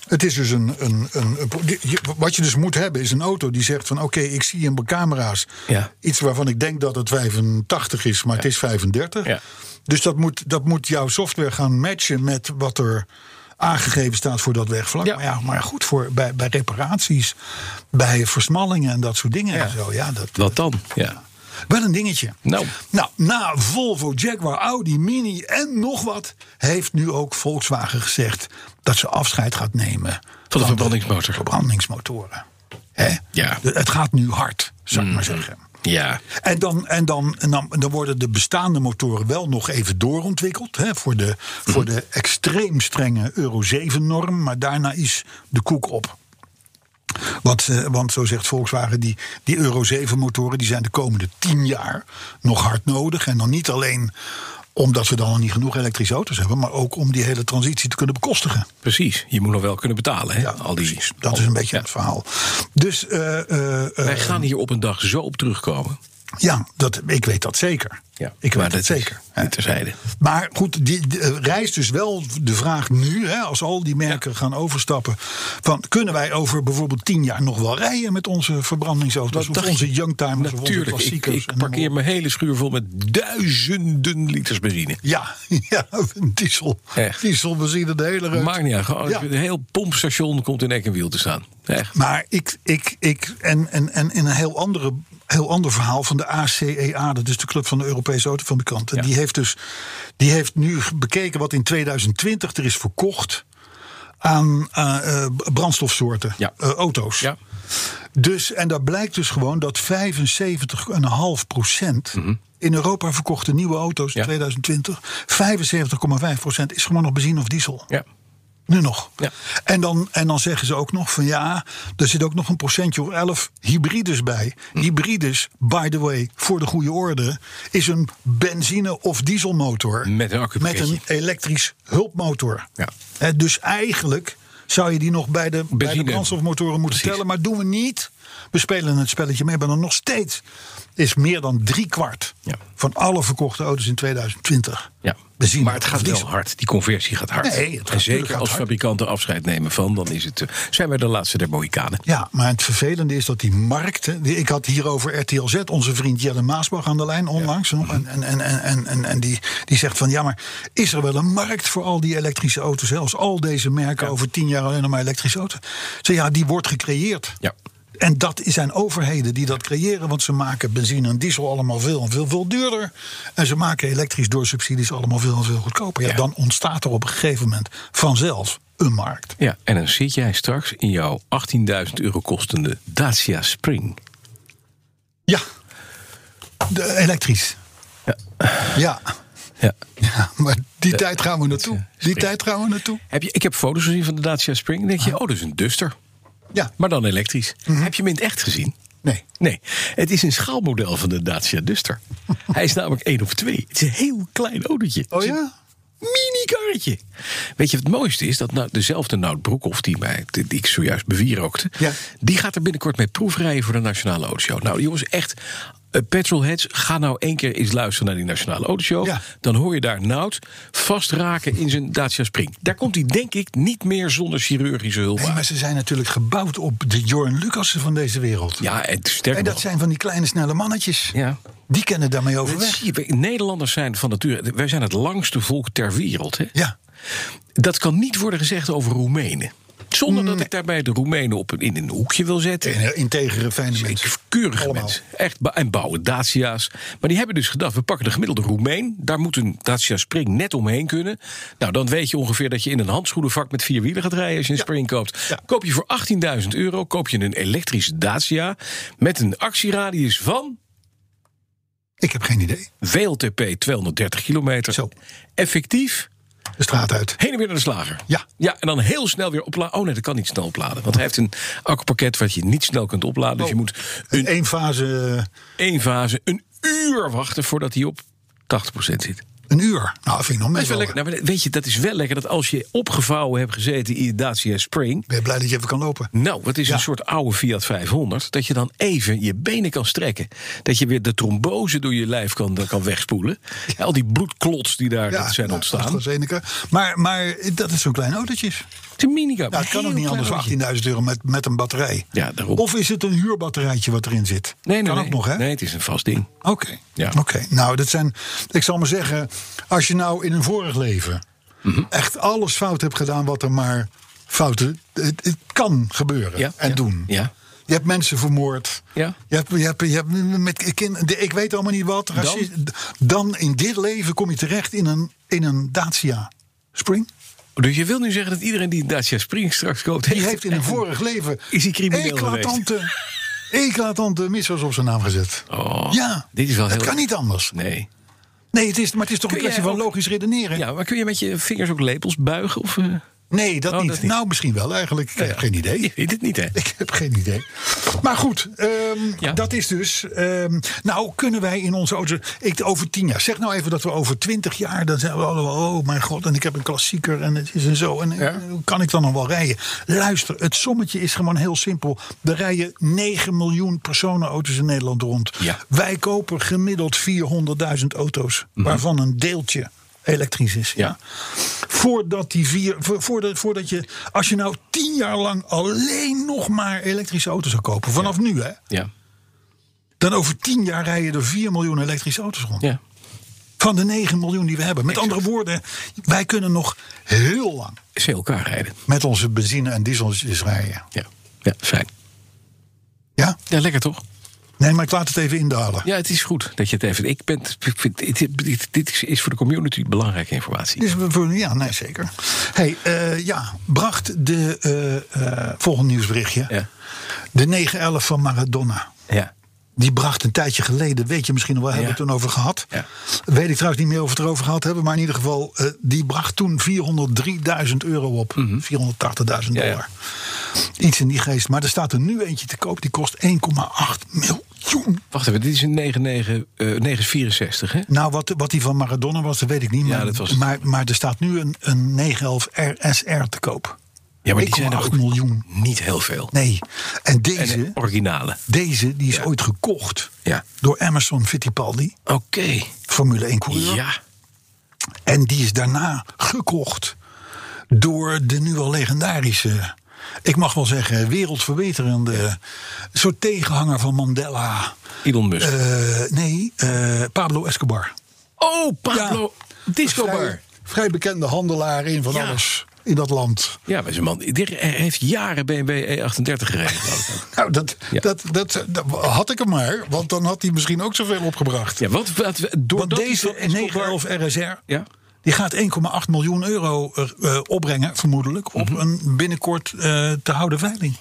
Het is dus een, een, een, een pro- die- je- Wat je dus moet hebben is een auto die zegt van... oké, ik zie in mijn camera's
Ja.
iets waarvan ik denk dat het 85 is... maar het is 35.
Ja.
Dus dat moet, dat moet jouw software gaan matchen met wat er aangegeven staat voor dat wegvlak.
Ja.
Maar, ja, maar goed, voor, bij, bij reparaties, bij versmallingen en dat soort dingen. En zo, ja, dat,
Wat dan? Ja.
wel een dingetje.
Nou.
nou, na Volvo, Jaguar, Audi, Mini en nog wat... heeft nu ook Volkswagen gezegd dat ze afscheid gaat nemen...
Van de verbrandingsmotor.
verbrandingsmotoren. Hè?
Ja. Mm.
De- Het gaat nu hard, zou ik maar zeggen.
Ja.
En, dan, en dan, en dan, dan worden de bestaande motoren wel nog even doorontwikkeld. Hè, voor, de, voor de extreem strenge Euro 7-norm. Maar daarna is de koek op. Want, eh, want zo zegt Volkswagen, die, die Euro 7 motoren die zijn de komende 10 jaar nog hard nodig. En dan niet alleen omdat we dan al niet genoeg elektrische auto's hebben, maar ook om die hele transitie te kunnen bekostigen.
Precies. Je moet nog wel kunnen betalen. Hè? Al die,
precies. Dat is een beetje
Ja.
het verhaal. Dus eh, eh, eh,
Wij gaan hier op een dag zo op terugkomen.
ja, dat, ik weet dat zeker. ik weet
maar
dat,
dat is-
zeker.
dit terzijde.
Maar goed, die, die, eh, rijst dus wel de vraag nu, hè, als al die merken gaan overstappen, van kunnen wij over bijvoorbeeld tien jaar nog wel rijden met onze verbrandingsauto's
Dat
of
dacht
onze
je.
youngtimers of onze
Natuurlijk, ik,
klassiekers? en
ik
noem maar
parkeer
op.
mijn hele schuur vol met duizenden liters benzine.
Ja, ja, diesel,
Echt.
diesel, we zien het de hele reut.
Maakt niet uit. Gewoon,
Ja.
Een heel pompstation komt in Eck en Wiel te staan. Echt.
Maar ik, ik, ik en, en, en in een heel, andere, heel ander verhaal van de ACEA, dat is de Club van de Europese Autofabrikanten.
Ja.
Die heeft dus die heeft nu bekeken wat in 2020 er is verkocht aan eh, eh, brandstofsoorten,
Ja.
eh, auto's.
Ja.
Dus, en daar blijkt dus gewoon dat 75,5% in Europa verkochte nieuwe auto's in
Mhm. Ja.
2020, 75,5% is gewoon nog benzine of diesel.
Ja.
Nu nog.
Ja.
En, dan, en dan zeggen ze ook nog van ja, er zit ook nog een procentje of 11 hybrides bij.
Hm.
Hybrides, by the way, voor de goede orde, is een benzine- of dieselmotor.
Met een
Met
accupakketje.
een elektrisch hulpmotor.
Ja.
Hè, dus eigenlijk zou je die nog bij de, bij de
Benzine.
brandstofmotoren moeten
Precies.
tellen. Maar doen we niet. We spelen het spelletje mee. Maar dan nog steeds is meer dan drie kwart
Ja.
van alle verkochte auto's in 2020
Ja.
benzine.
maar het gaat
of
wel
diesel.
hard. Die conversie gaat hard.
Nee, het gaat-
en
tuurlijk
zeker
gaat
als
het hard.
fabrikanten afscheid nemen van, dan is het, eh, zijn wij de laatste der Mohikanen.
Ja, maar het vervelende is dat die markten. die- Ik had hier over RTLZ, onze vriend Jelle Maasbach aan de lijn onlangs. nog, En, en, en, en, en, en, en die, die zegt van ja, maar is er wel een markt voor al die elektrische auto's? hè? Als al deze merken over tien jaar alleen nog maar elektrische auto's. Ze ja, die wordt gecreëerd.
Ja.
En dat zijn overheden die dat creëren, want ze maken benzine en diesel allemaal veel en veel, veel duurder. En ze maken elektrisch door subsidies allemaal veel en veel goedkoper. Ja,
Ja.
Dan ontstaat er op een gegeven moment vanzelf een markt.
Ja, en dan zit jij straks in jouw 18.000 euro kostende Dacia Spring.
Ja. De, elektrisch. Ja.
Ja.
Ja, maar die
Eh,
tijd gaan we naartoe. Die
spring.
tijd gaan we naartoe.
Heb je, ik heb foto's gezien van de Dacia Spring. Dan denk
Ah.
je, oh, dat is een duster.
Ja.
Maar dan elektrisch.
Mhm.
Heb je hem in het echt gezien?
Nee.
Nee, het is een schaalmodel van de Dacia Duster. Hij is namelijk één of twee. Het is een heel klein autootje. Het
Oh
is
ja?
minikarretje. Weet je wat het mooiste is? Dat nou, dezelfde Nout Broekhoff, die, mij, die ik zojuist bewierookte...
Ja.
die gaat er binnenkort mee proefrijden voor de Nationale Autoshow. Nou jongens, echt... eh, Petrolheads, ga nou één keer eens luisteren naar die Nationale Autoshow.
Ja.
Dan hoor je daar Nout vastraken in zijn Dacia Spring. Daar komt hij denk ik niet meer zonder chirurgische hulp
Nee,
aan.
maar ze zijn natuurlijk gebouwd op de Jorn Lucassen van deze wereld.
Ja, en sterker
En dat
nog-
zijn van die kleine snelle mannetjes.
Ja.
Die kennen daarmee
Dat
overweg.
zie je, wij- Nederlanders zijn van nature. Wij zijn het langste volk ter wereld. Hè?
Ja.
Dat kan niet worden gezegd over Roemenen. Zonder dat ik daarbij de Roemenen op een, in een hoekje wil zetten.
Tegen integere, fijne mensen.
Keurige
Allemaal.
mensen. Echt, ba- en bouwen Dacia's. Maar die hebben dus gedacht, we pakken de gemiddelde Roemeen. Daar moet een Dacia Spring net omheen kunnen. Nou, dan weet je ongeveer dat je in een handschoenenvak met vier wielen gaat rijden als je een Spring koopt. Koop je voor 18.000 euro, koop je een elektrische Dacia... met een actieradius van
Ik heb geen idee.
WLTP 230 kilometer.
Zo.
Effectief
De straat uit.
heen en weer naar de slager.
Ja.
Ja, en dan heel snel weer opladen. Oh nee, dat kan niet snel opladen. Want hij heeft een accupakket wat je niet snel kunt opladen.
Oh.
Dus je moet
Een
een
eenfase.
één fase een uur wachten voordat hij op 80% zit.
Een uur. Nou, dat vind ik nog
Dat
best
is wel
wel.
lekker. Nou, maar weet je, dat is wel lekker dat als je opgevouwen hebt gezeten in je Dacia Spring.
ben je blij dat je even kan lopen.
Nou, wat is
Ja.
een soort oude Fiat 500? Dat je dan even je benen kan strekken. Dat je weer de trombose door je lijf kan, eh, kan wegspoelen. Al die bloedklots die daar zijn
nou,
ontstaan. Het
AstraZeneca. Maar, maar dat is zo'n klein autootje.
is een minicab.
Ja, het kan
Heel
ook niet
klein
anders voor
autootje.
18.000 euro met, met een batterij.
Ja, daarom.
Of is het een huurbatterijtje wat erin zit?
Nee, nee,
kan
nee.
ook nog, hè?
Nee, het is een vast ding.
Oké.
Ja.
Oké. Nou, dat zijn. Ik zal maar zeggen. Als je nou in een vorig leven.
Mhm.
echt alles fout hebt gedaan wat er maar. fouten. Het, het kan gebeuren
Ja,
en
ja,
doen.
ja.
Je hebt mensen vermoord.
Ja.
Je hebt, je hebt, je hebt met kind, de- ik weet allemaal niet wat. raci- dan in dit leven kom je terecht in een, in een Dacia Spring.
Dus je wil nu zeggen dat iedereen die een Dacia Spring straks koopt...
Die heeft in een vorig leven.
Is hij crimineel
Eclatante, eclatante miswas op zijn naam gezet.
Oh,
ja,
dit is wel
dat
heel-
kan niet anders.
Nee.
Nee, het is, maar het is toch
Kun
een kwestie
jij
van
ook-
logisch redeneren.
Ja, maar kun je met je vingers ook lepels buigen? Of, eh?
Nee, dat,
Oh,
niet.
dat niet.
Nou, misschien wel eigenlijk. Ik heb geen idee.
Je weet het niet, hè?
Ik heb geen idee. Maar goed, ehm,
Ja.
dat is dus. ehm, nou, kunnen wij in onze auto. Ik, over tien jaar. Zeg nou even dat we over twintig jaar. Dan zijn we allemaal. Oh, mijn god. En ik heb een klassieker. En het is en zo. En eh, hoe kan ik dan nog wel rijden? Luister, het sommetje is gewoon heel simpel. Er rijden 9 miljoen personenauto's in Nederland rond.
Ja.
Wij kopen gemiddeld 400.000 auto's. Waarvan een deeltje elektrisch is.
Mhm. Ja.
Voordat die vier. vo- Voordat, voordat je. Als je nou tien jaar lang alleen nog maar elektrische auto's zou kopen. Vanaf nu hè.
Ja.
Dan over tien jaar rijden er 4 miljoen elektrische auto's rond.
ja.
Van de 9 miljoen die we hebben. Met andere woorden, wij kunnen nog heel lang
Ze elkaar rijden.
met onze benzine en dieseltjes rijden.
Ja. Ja, fijn.
Ja?
Ja, lekker toch?
Nee, maar ik laat het even indalen.
Ja, het is goed dat je het even... Ik ben, ik vind- dit, dit, dit is- is voor de community belangrijke informatie.
Dus we- we- ja, nee, zeker. hey, eh, ja, bracht de eh, eh, volgende nieuwsberichtje.
Ja.
De 9-11 van Maradona.
Ja.
Die bracht een tijdje geleden, weet je misschien nog wel, hebben we
Ja.
het toen over gehad.
Ja.
Weet ik trouwens niet meer of we het erover gehad hebben. Maar in ieder geval, eh, die bracht toen 403.000 euro op. 480.000
Mhm. Ja,
dollar.
ja.
Iets in die geest. Maar er staat er nu eentje te koop. Die kost 1,8 miljoen.
Wacht even, dit is een 99, eh 964, hè?
Nou, wat, wat die van Maradona was, dat weet ik niet.
Ja,
maar,
dat was-
maar, maar er staat nu een, een 911 RSR te koop.
Ja, maar die zijn er
1,8
ook
miljoen.
niet heel veel.
Nee. En
En
deze,
eh, originale.
deze die is
Ja.
ooit gekocht
Ja.
door Emerson Fittipaldi.
Oké.
Formule 1 coureur.
Ja.
En die is daarna gekocht door de nu al legendarische, ik mag wel zeggen, wereldverbeterende soort tegenhanger van Mandela.
Elon Musk.
Eh, nee, eh, Pablo Escobar.
oh, Pablo. Disco
Vrij,
bar.
vrij bekende handelaar in van
Ja.
alles in dat land.
Ja, maar zijn man die heeft jaren BMW E38 gereden. geloof ik.
Nou, dat,
Ja.
dat, dat, dat had ik hem maar, want dan had hij misschien ook zoveel opgebracht.
ja, wat, wat, door
want deze E 911 RSR,
Ja.
die gaat 1,8 miljoen euro eh, eh, opbrengen, vermoedelijk, op
Mhm.
een binnenkort eh, te houden veiling.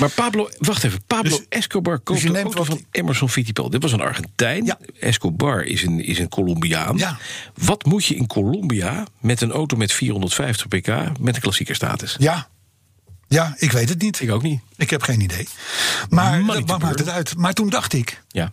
Maar Pablo, wacht even. Pablo
Dus-
Escobar koopt
je
de
neemt
auto
wat-
van Emerson Fittipaldi. Dit was een Argentijn.
Ja.
Escobar is een, is een Colombiaan.
Ja.
Wat moet je in Colombia met een auto met 450 pk met een klassieker status?
Ja. Ja, ik weet het niet.
Ik ook niet.
Ik heb geen idee. Maar
Money
dat,
to
wat maakt
burn.
het uit? Maar toen dacht ik.
Ja.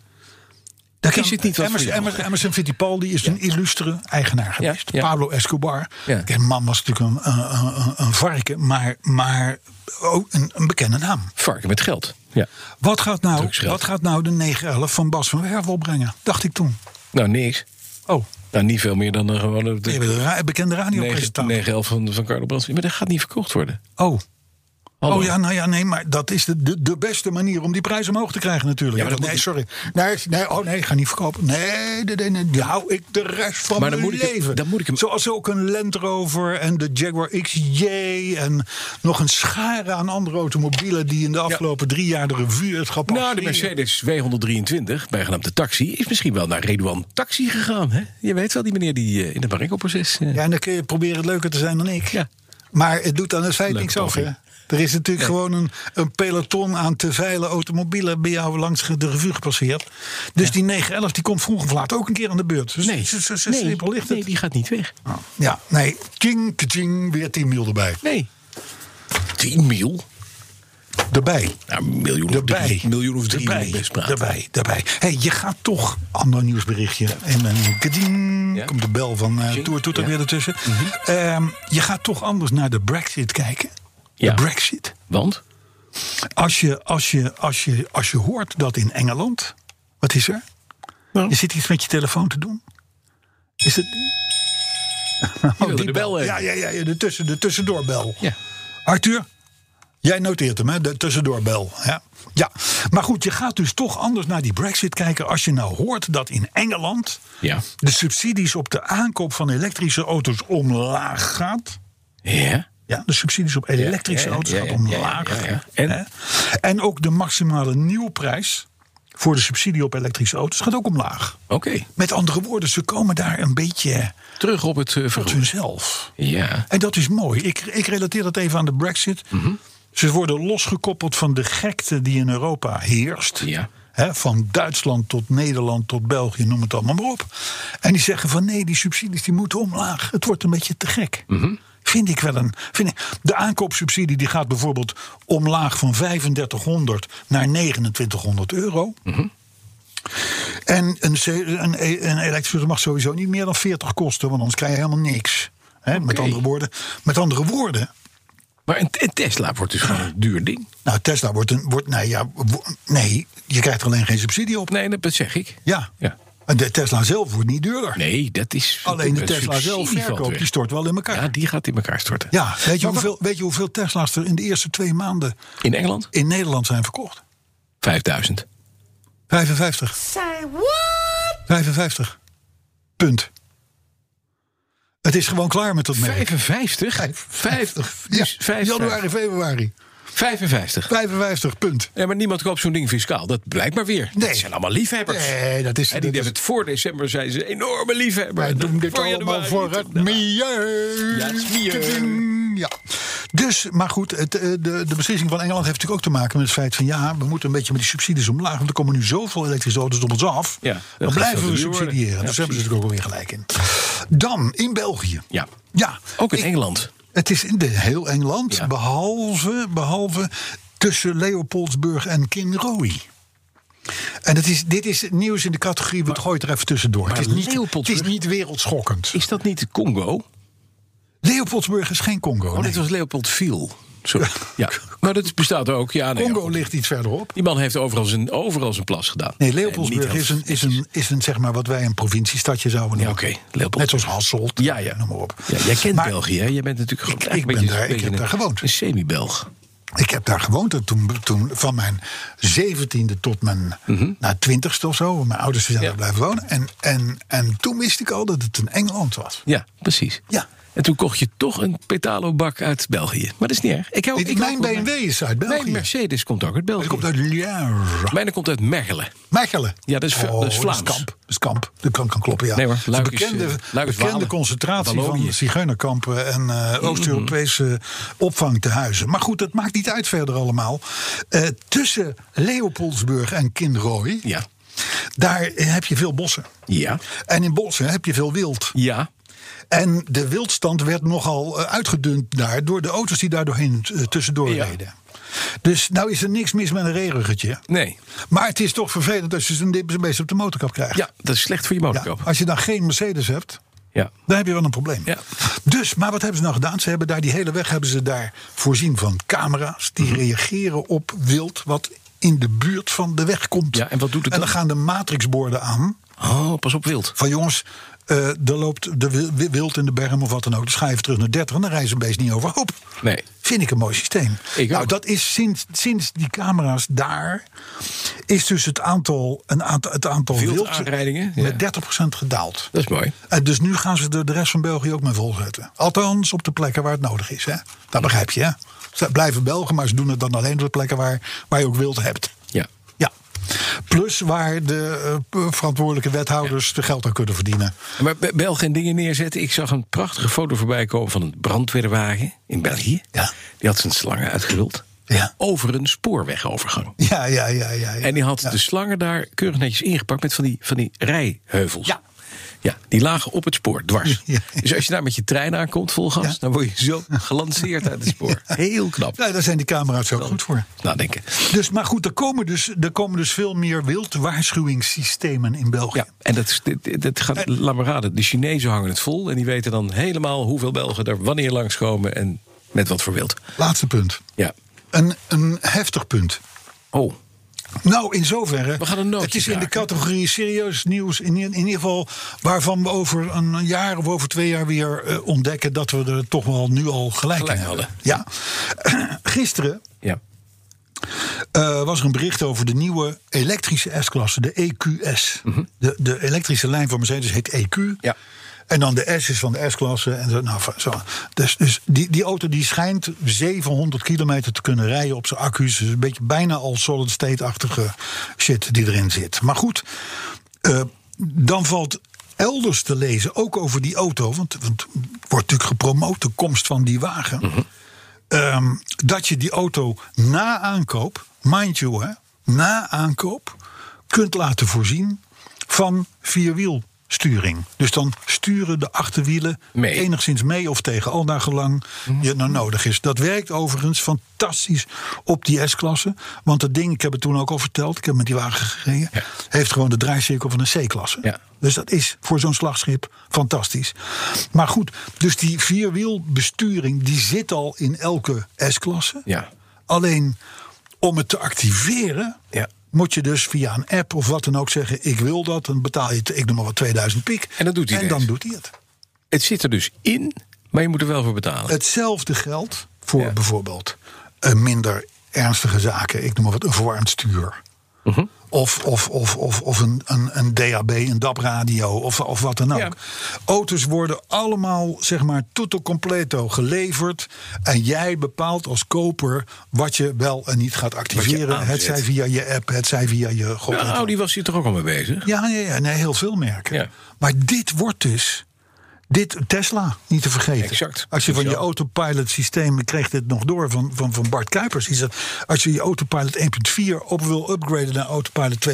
daar
Is het niet wat
Emerson,
voor jou?
Emerson, Emerson Fittipaldi is een illustre eigenaar geweest.
ja.
Pablo Escobar.
Ja.
Die man was natuurlijk een, een, een, een varken, maar, maar ook een, een bekende naam.
Varken met geld. Ja.
Wat gaat, nou,
Drugsgeld.
wat gaat nou de 911 van Bas van Werf opbrengen? Dacht ik toen.
Nou, niks.
Oh,
Nou, niet veel meer dan een gewone...
je
De,
bent een ra- bekende radiopresentator.
911 van, van Carlo Brandt. Maar dat gaat niet verkocht worden.
Oh.
Hallo.
Oh ja, nou ja, nee, maar dat is de, de, de beste manier om die prijs omhoog te krijgen natuurlijk.
Ja, maar dat
nee,
moet-
sorry. Nee, nee, oh nee, ga niet verkopen. Nee, nee, nee, nee, die hou ik de rest van
Maar dan
mijn
moet ik hem-
leven.
dan moet ik hem-
Zoals ook een Land Rover en de Jaguar XJ... en nog een schare aan andere automobielen... die in de afgelopen drie jaar de revue het gepasseerd.
Nou, de Mercedes W123, bijgenaamd de taxi, is misschien wel naar Redouan Taxi gegaan. Hè? Je weet wel, die meneer die eh, in het Marengo-proces... eh,
Ja, en dan kun je proberen leuker te zijn dan ik.
Ja.
Maar het doet aan het feit
Leuke
niks af, hè?
poging.
Er is natuurlijk gewoon een, een peloton aan te veilen automobielen bij jou langs ge- de revue gepasseerd. Dus die 911 die komt vroeg of laat ook een keer aan de beurt. Dus
Nee,
zo, zo, zo
nee,
simpel ligt
nee,
het.
die gaat niet weg.
Ah. Ja, nee, ching, ching, weer 10 mil erbij.
Nee. 10 mil?
Daarbij.
Nou, een miljoen of
Daarbij.
drie, miljoen of drie moet
daarbij,
ik best praten.
daarbij, daarbij. hey, je gaat toch ander nieuwsberichtje. En een kading,
Ja.
komt de bel van eh Tour Toet er
Ja. Mhm.
weer ertussen. Ehm, je gaat toch anders naar de Brexit kijken.
Ja.
De Brexit.
Want?
Als je, als, je, als, je, als je hoort dat in Engeland. Wat is er?
Nou.
Je zit iets met je telefoon te doen. Is het.
Je wilde de bel
oh, Ja,
even.
ja, ja, ja, de, tussen, de tussendoorbel.
Ja.
Arthur, jij noteert hem, hè? De tussendoorbel. Ja. ja. Maar goed, je gaat dus toch anders naar die Brexit kijken. als je nou hoort dat in Engeland.
Ja.
de subsidies op de aankoop van elektrische auto's omlaag gaat.
Ja.
Ja, de subsidies op elektrische
ja, ja,
auto's
ja,
gaat
ja,
omlaag.
ja, ja, ja. En?
Hè? en ook de maximale nieuwprijs voor de subsidie op elektrische auto's gaat ook omlaag.
Oké.
Met andere woorden, ze komen daar een beetje
Terug op het eh
tot
verhoor.
hunzelf.
Ja.
En dat is mooi. Ik, ik relateer dat even aan de brexit.
Mhm.
Ze worden losgekoppeld van de gekte die in Europa heerst.
Ja.
Hè, van Duitsland tot Nederland tot België, noem het allemaal maar op. En die zeggen van nee, die subsidies die moeten omlaag. Het wordt een beetje te gek.
Mhm.
Vind ik wel een. Vind ik, de aankoopsubsidie die gaat bijvoorbeeld omlaag van 3500 naar 2900 euro.
Mhm.
En een, ce- een, e- een elektrische auto mag sowieso niet meer dan 40 kosten, want anders krijg je helemaal niks. Hè, met,
Oké.
andere woorden, met andere woorden,
Maar een, een Tesla wordt dus gewoon een duur ding.
nou, Tesla wordt een. Wordt, nee, ja, wo- nee, je krijgt er alleen geen subsidie op.
Nee, dat dat zeg ik.
Ja.
Ja.
En De Tesla zelf wordt niet duurder.
Nee, dat is...
Alleen de
het
Tesla
subsidie
zelf
valt
verkoopt,
weg.
die stort wel in elkaar.
Ja,
Ja,
die gaat in elkaar storten.
weet, je hoeveel, weet je hoeveel Tesla's er in de eerste twee maanden
In Engeland?
in Nederland zijn verkocht?
5000.
55. 55. Punt. Het is gewoon klaar met dat merk.
55? 50.
Ja,
Dus 55.
januari, februari.
55.
55, punt.
Ja, maar niemand koopt zo'n ding fiscaal. Dat blijkt maar weer.
Nee.
Dat zijn allemaal liefhebbers.
Nee, dat is...
En die
dat is-
hebben het voor december zijn ze enorme liefhebber.
Wij doen dit
Voor
allemaal
januari
voor
tot-
het milieu.
Ja, het milieu.
Tudum, Ja. Dus, maar goed, het, eh, de, de beslissing van Engeland heeft natuurlijk ook te maken met het feit van ja, we moeten een beetje met die subsidies omlaag, want er komen nu zoveel elektrische auto's op ons af.
Ja, dat
dan
gaat
blijven
veel
we
duurder worden.
subsidiëren.
Ja,
dus daar hebben ze natuurlijk ook weer gelijk in. Dan in België.
Ja.
Ja,
Ook in
ik-
Engeland.
Het is in de, heel Engeland,
Ja.
behalve, behalve tussen Leopoldsburg en Kinrooi. En het is, dit is nieuws in de categorie, we gooien het er even tussendoor. Het is, niet, het is
Leopoldsburg-
niet wereldschokkend.
Is dat niet
Oh,
Congo?
Leopoldsburg is geen Congo.
Oh,
nee.
dit was Leopold Viel. Sorry. Ja. Maar dat bestaat ook. Ja, nee,
Congo
ja.
ligt iets verderop.
Die man heeft overal zijn, overal zijn plas gedaan.
Nee, Leopoldsburg
En niet
is,
heel-
een, is, een, is een, zeg maar, wat wij een provinciestadje zouden
Ja,
noemen.
oké. Leopold.
Net zoals Hasselt.
Ja, ja.
Noem maar op.
Ja, jij kent
Maar
België, hè? Jij bent natuurlijk gewoon
Ik-
eigenlijk
ik
een
ben
beetje-
daar- ik
beetje
heb
een-
daar gewoond.
Een semi-Belg.
Ik heb daar gewoond en toen, toen van mijn 17e tot mijn nou, 20ste of zo. Mijn ouders zijn
Mhm. Ja.
daar blijven wonen. En, en, en toen wist ik al dat het in Engeland was.
Ja, precies.
Ja. dus
En toen kocht je toch een petalobak uit België. Maar dat is niet erg. Ik hou,
Dit-
ik
mijn
hou van-
BMW is uit België.
Mijn Mercedes komt ook uit België.
Het komt uit Liège.
Mijne komt uit Mechelen.
Mechelen.
Ja, dat is Ve- dat is Vlaams.
kamp. Dat is kamp. Dat kan, kan kloppen, ja.
Nee hoor,
Het is
Luik
een
is,
bekende,
eh, Luik is
bekende
Walen.
concentratie
Wallonië. Mm-hmm.
van zigeunerkampen en eh, Oost-Europese opvangtehuizen. Maar goed, dat maakt niet uit verder allemaal. Eh, tussen Leopoldsburg en Kinrooi,
Ja.
daar heb je veel bossen.
Ja.
En in bossen heb je veel wild.
Ja.
En de wildstand werd nogal eh, uitgedund daar door de auto's die daar doorheen eh, tussendoor
Ja.
reden. Dus nou is er niks mis met een reruggetje.
Nee.
Maar het is toch vervelend als je zo'n dip beest op de motorkap krijgt.
Ja, dat is slecht voor je
Ja,
motorkap.
Als je dan geen Mercedes hebt,
Ja.
dan heb je wel een probleem.
Ja.
Dus, maar wat hebben ze nou gedaan? Ze hebben daar die hele weg hebben ze daar voorzien van camera's
Mhm.
die reageren op wild wat in de buurt van de weg komt.
Ja, en wat doet het
En dan
dan?
gaan de matrixborden aan
Oh, pas op wild.
van jongens, eh, er loopt de wi- wi- wild in de berm of wat dan ook. Dus ga even terug naar 30 en dan rijden ze beest niet overhoop.
Nee.
Vind ik een mooi systeem.
Ik
nou,
ook.
dat is sinds, sinds die camera's daar. is dus het aantal, een aantal, het aantal
Wildaanrijdingen, ja.
met 30% gedaald.
Dat is mooi.
En dus nu gaan ze er de rest van België ook mee volzetten. Althans, op de plekken waar het nodig is. Hè? Dat begrijp je. Hè? Ze blijven Belgen, maar ze doen het dan alleen op de plekken waar, waar je ook wild hebt.
Ja.
Ja. Plus waar de eh, verantwoordelijke wethouders de geld aan kunnen verdienen.
Maar Be- Belgen en dingen neerzetten. Ik zag een prachtige foto voorbij komen van een brandweerwagen in België.
Ja.
Die had zijn slangen uitgeruld.
Ja.
Over een spoorwegovergang.
Ja, ja, ja, ja. ja.
En die had
Ja.
de slangen daar keurig netjes ingepakt met van die, van die rijheuvels.
Ja.
Ja, die lagen op het spoor, dwars.
Ja.
Dus als je daar met je trein aankomt vol gas, dan word je zo gelanceerd uit het spoor. dus Heel knap.
Nou, daar zijn die camera's ook goed voor.
Nadenken.
Dus, maar goed, er komen dus, er komen dus veel meer wildwaarschuwingssystemen in België.
Ja, en dat, is- dit, dit- dit gaat, laat maar raden, de Chinezen hangen het vol. En die weten dan helemaal hoeveel Belgen er wanneer langskomen en met wat voor wild.
Laatste punt.
Ja.
Een, een heftig punt.
Oh,
Nou, in zoverre.
We gaan een nootje
het is in de
kraken.
categorie serieus nieuws. In, in ieder geval waarvan we over een jaar of over twee jaar weer eh, ontdekken dat we er toch wel nu al gelijk,
Gelijk
in hebben.
hadden.
Ja. Gisteren
ja.
eh, was er een bericht over de nieuwe elektrische S-klasse, de EQS. de, de elektrische lijn van Mercedes heet EQ.
Ja.
En dan de S is van de S-klasse. En zo, nou, van- zo. Dus, dus die, die auto die schijnt 700 kilometer te kunnen rijden op zijn accu's. Dus een beetje bijna al solid state-achtige shit die erin zit. Maar goed, eh, dan valt elders te lezen, ook over die auto. Want, want het wordt natuurlijk gepromoot, de komst van die wagen. Ehm, dat je die auto na aankoop, mind you hè, na aankoop, kunt laten voorzien van vierwielsturing. Dus dan sturen de achterwielen
Mee.
enigszins mee of tegen, al naar gelang
Mhm.
je nou nodig is. Dat werkt overigens fantastisch op die S-klasse. Want dat ding, ik heb het toen ook al verteld, ik heb met die wagen gereden,
Ja.
heeft gewoon de draaicirkel van een C-klasse.
Ja.
Dus dat is voor zo'n slagschip fantastisch. Maar goed, dus die vierwielbesturing die zit al in elke S-klasse.
Ja.
Alleen om het te activeren
Ja.
moet je dus via een app of wat dan ook zeggen... ik wil dat, dan betaal je, ik noem maar wat, 2000 piek.
En dat doet hij
En dan
ineens.
doet hij het.
Het zit er dus in, maar je moet er wel voor betalen.
Hetzelfde geldt voor
Ja.
bijvoorbeeld eh, minder ernstige zaken. Ik noem maar wat, een verwarmd stuur.
Mhm.
Of, of, of, of, of een, een, een DAB, een DAB-radio of, of wat dan ook.
Ja.
Auto's worden allemaal, zeg maar, tutto completo geleverd. En jij bepaalt als koper wat je wel en niet gaat activeren.
aanzet.
Het zij via je app, het zij via je... God, weet ik
Nou, die was hier toch ook al mee bezig?
ja, ja, ja nee, heel veel merken.
Ja.
Maar dit wordt dus. Dit, Tesla, niet te vergeten.
Exact.
Als je van
Zo.
je autopilot systeem, ik kreeg dit nog door van, van, van Bart Kuipers. Die zei, als je je autopilot 1.4 op wil upgraden naar autopilot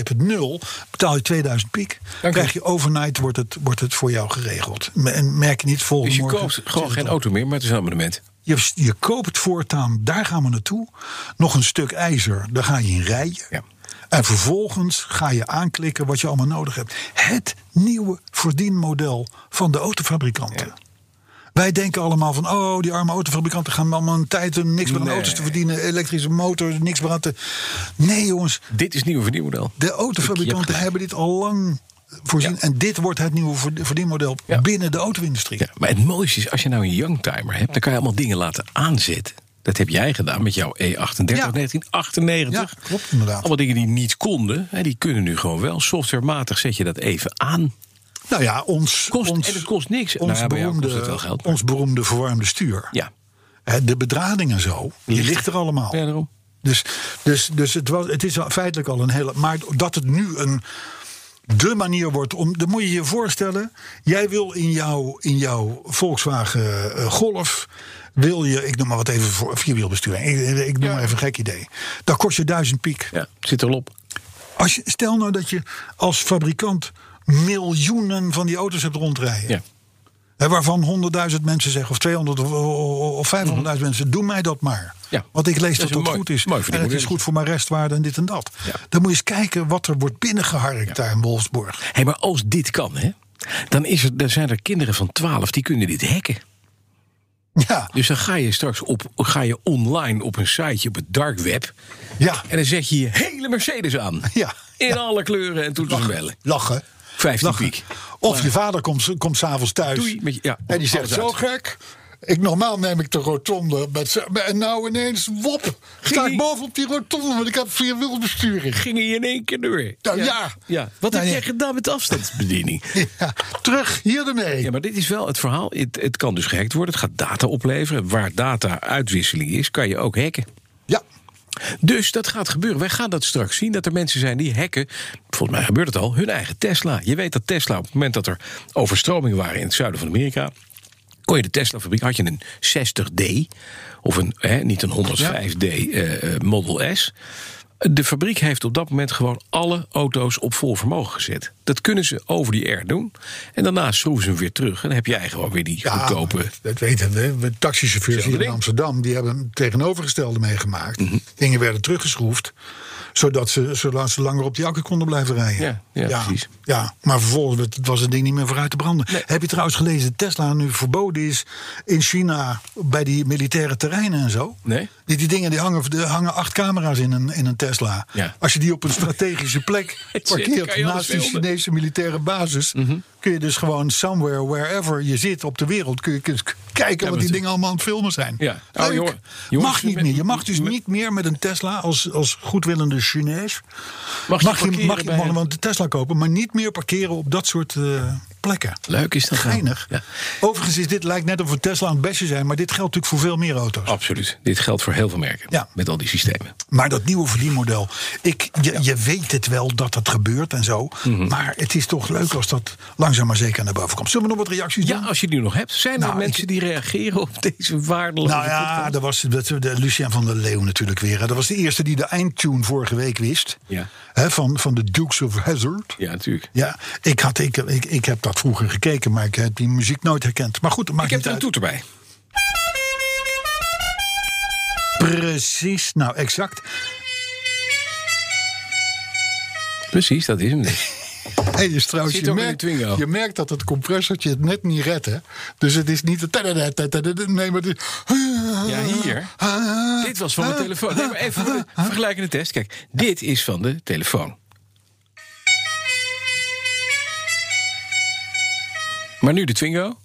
2.0, betaal je 2000 piek.
Dank u.
krijg je overnight, wordt het, wordt het voor jou geregeld. Me- En merk je niet volgende
Dus je
morgen
koopt
zit
gewoon
het
geen
al.
auto meer, maar het is een abonnement.
Je, je koopt voortaan, daar gaan we naartoe. Nog een stuk ijzer, daar ga je in rijden.
Ja.
En vervolgens ga je aanklikken wat je allemaal nodig hebt. Het nieuwe verdienmodel van de autofabrikanten. Wij denken allemaal van, oh, die arme autofabrikanten gaan allemaal een tijd om niks meer aan
Nee.
auto's te verdienen. Elektrische motors, niks meer aan te... Nee jongens,
Dit is het nieuwe verdienmodel.
de
Je hebt
autofabrikanten
gelijk.
hebben dit al lang voorzien.
Ja.
En dit wordt het nieuwe verd- verdienmodel
Ja.
binnen de auto-industrie.
Ja, maar het mooiste is, als je nou een youngtimer hebt, dan kan je allemaal dingen laten aanzetten. Dat heb jij gedaan met jouw E38
Ja.
1998.
Ja, klopt inderdaad.
Allemaal dingen die niet konden, hè, die kunnen nu gewoon wel. Softwarematig zet je dat even aan.
Nou ja, ons,
Kost-
ons,
en het kost niks.
Ons,
Nou ja, bij jou
beroemde,
kost het wel geld, maar-
ons beroemde verwarmde stuur.
Ja,
Hè, De bedrading en zo, die
Ligt
ligt,
er.
er allemaal.
ja daarom.
Dus, dus, dus het, was, het is al feitelijk al een hele. Maar dat het nu een. De manier wordt om. Dan moet je je voorstellen. Jij wil in jouw, in jouw Volkswagen eh, Golf. Wil je, ik noem maar wat even voor vierwielbesturing. Ik, ik noem maar even een gek idee. Dat kost je duizend piek.
Ja, het zit er al op.
Als je, stel nou dat je als fabrikant miljoenen van die auto's hebt rondrijden.
Ja.
Hè, waarvan 100.000 mensen zeggen, of 200 of, of 500.000 mensen, doe mij dat maar.
Mhm. Ja.
Want ik lees
Dat
dat
is
dat
een mooi-
goed is.
mooi
en het
verdienmodel.
is goed voor mijn restwaarde en dit en dat.
Ja.
Dan moet je eens kijken wat er wordt binnengeharkt daar in Wolfsburg.
Hé, maar als dit kan, hè, dan, is er, dan zijn er kinderen van 12 die kunnen dit hacken.
Ja,
Dus dan ga je straks op, ga je online op een siteje, op het dark web.
ja,
En dan zet je je hele Mercedes aan.
Ja.
In alle kleuren en toeters en bellen.
lachen.
15
Lachen.
piek.
Of je vader komt, komt s'avonds thuis.
Doei met je- ja, Oh,
en die zegt, zo
alles
gek. Ik, normaal neem ik de rotonde. Met, z'n- en nou ineens, wop, sta
die-
ik bovenop die rotonde. Want ik heb vierwielbesturing.
Gingen je in één keer door.
Nou, ja.
ja. Wat
Nou,
heb
ja.
jij gedaan met de afstandsbediening?
Ja, terug hier ermee.
Ja, maar dit is wel het verhaal. Het, het kan dus gehackt worden. Het gaat data opleveren. Waar data-uitwisseling is, kan je ook hacken.
Ja.
Dus dat gaat gebeuren. Wij gaan dat straks zien, dat er mensen zijn die hacken. Volgens mij gebeurt het al, hun eigen Tesla. Je weet dat Tesla, op het moment dat er overstromingen waren in het zuiden van Amerika... kon je de Tesla-fabriek, had je een 60D... of een, hè, niet een 105D eh, eh, Model S. De fabriek heeft op dat moment gewoon alle auto's op vol vermogen gezet. Dat kunnen ze over die air doen. En daarna schroeven ze hem weer terug. En dan heb jij gewoon weer die goedkope.
Dat weten we. we. Taxichauffeurs hier in
ding.
Amsterdam die hebben het tegenovergestelde meegemaakt.
Mhm.
Dingen werden teruggeschroefd. Zodat ze, zodat ze langer op die akker konden blijven rijden.
Ja, ja, precies.
Ja, maar vervolgens werd- was het ding niet meer vooruit te branden. Heb je trouwens gelezen dat Tesla nu verboden is in China bij die militaire terreinen en zo?
Nee.
Die, die dingen die hangen, er hangen acht camera's in een, in een Tesla.
Ja.
Als je die op een strategische plek
dan kan
parkeert
je alles
naast die
filmen. Mhm.
Chinese militaire basis, kun je dus gewoon somewhere, wherever je zit op de wereld, kun je kun je kijken wat die dingen allemaal aan het filmen zijn.
Ja.
Leuk.
Oh, jongen. Jongens,
mag niet
met-
meer. Je mag dus
met-
niet meer met een Tesla als, als goedwillende Chinees.
Mag
Mag
je
je, mag je,
parkeren
mag
bij een-
wel een Tesla kopen, maar niet meer parkeren op dat soort eh, plekken.
Leuk is dat wel.
Geinig.
Ja.
Overigens is dit lijkt net of we Tesla aan het bestje zijn, maar dit geldt natuurlijk voor veel meer auto's.
Absoluut. Dit geldt voor heel veel merken.
Ja.
Met al die systemen.
Maar dat nieuwe verdienmodel, ik, je, je weet het wel dat dat gebeurt en zo.
Mhm.
Maar het is toch leuk als dat langzaam maar zeker naar boven komt. Zullen we nog wat reacties
Ja,
doen?
als je die nog hebt. Zijn er
Nou,
mensen
ik-
die reageren op deze waardeloze
Nou ja,
podcast?
dat was dat, de Lucien van der Leeuw natuurlijk weer. hè. Dat was de eerste die de eindtune vorige week wist.
Ja.
Hè, van, van de Dukes of Hazard.
Ja, natuurlijk.
Ja, ik, had, ik, ik, ik heb dat vroeger gekeken, maar ik heb die muziek nooit herkend. Maar goed, dat maakt
Ik heb
niet
er een
uit.
toeter bij.
Precies, nou exact.
Precies, dat is hem. dus.
Hey, dus trouwens,
Zit
je
ook in
merkt,
de Twingo.
je merkt dat het compressortje het net niet redt. Hè? Dus het is niet... de tadada, tadada, Nee, maar het is...
Ja, hier. Dit was van de telefoon. Nee, maar even voor de vergelijkende test. Kijk, dit is van de telefoon. Maar nu de Twingo?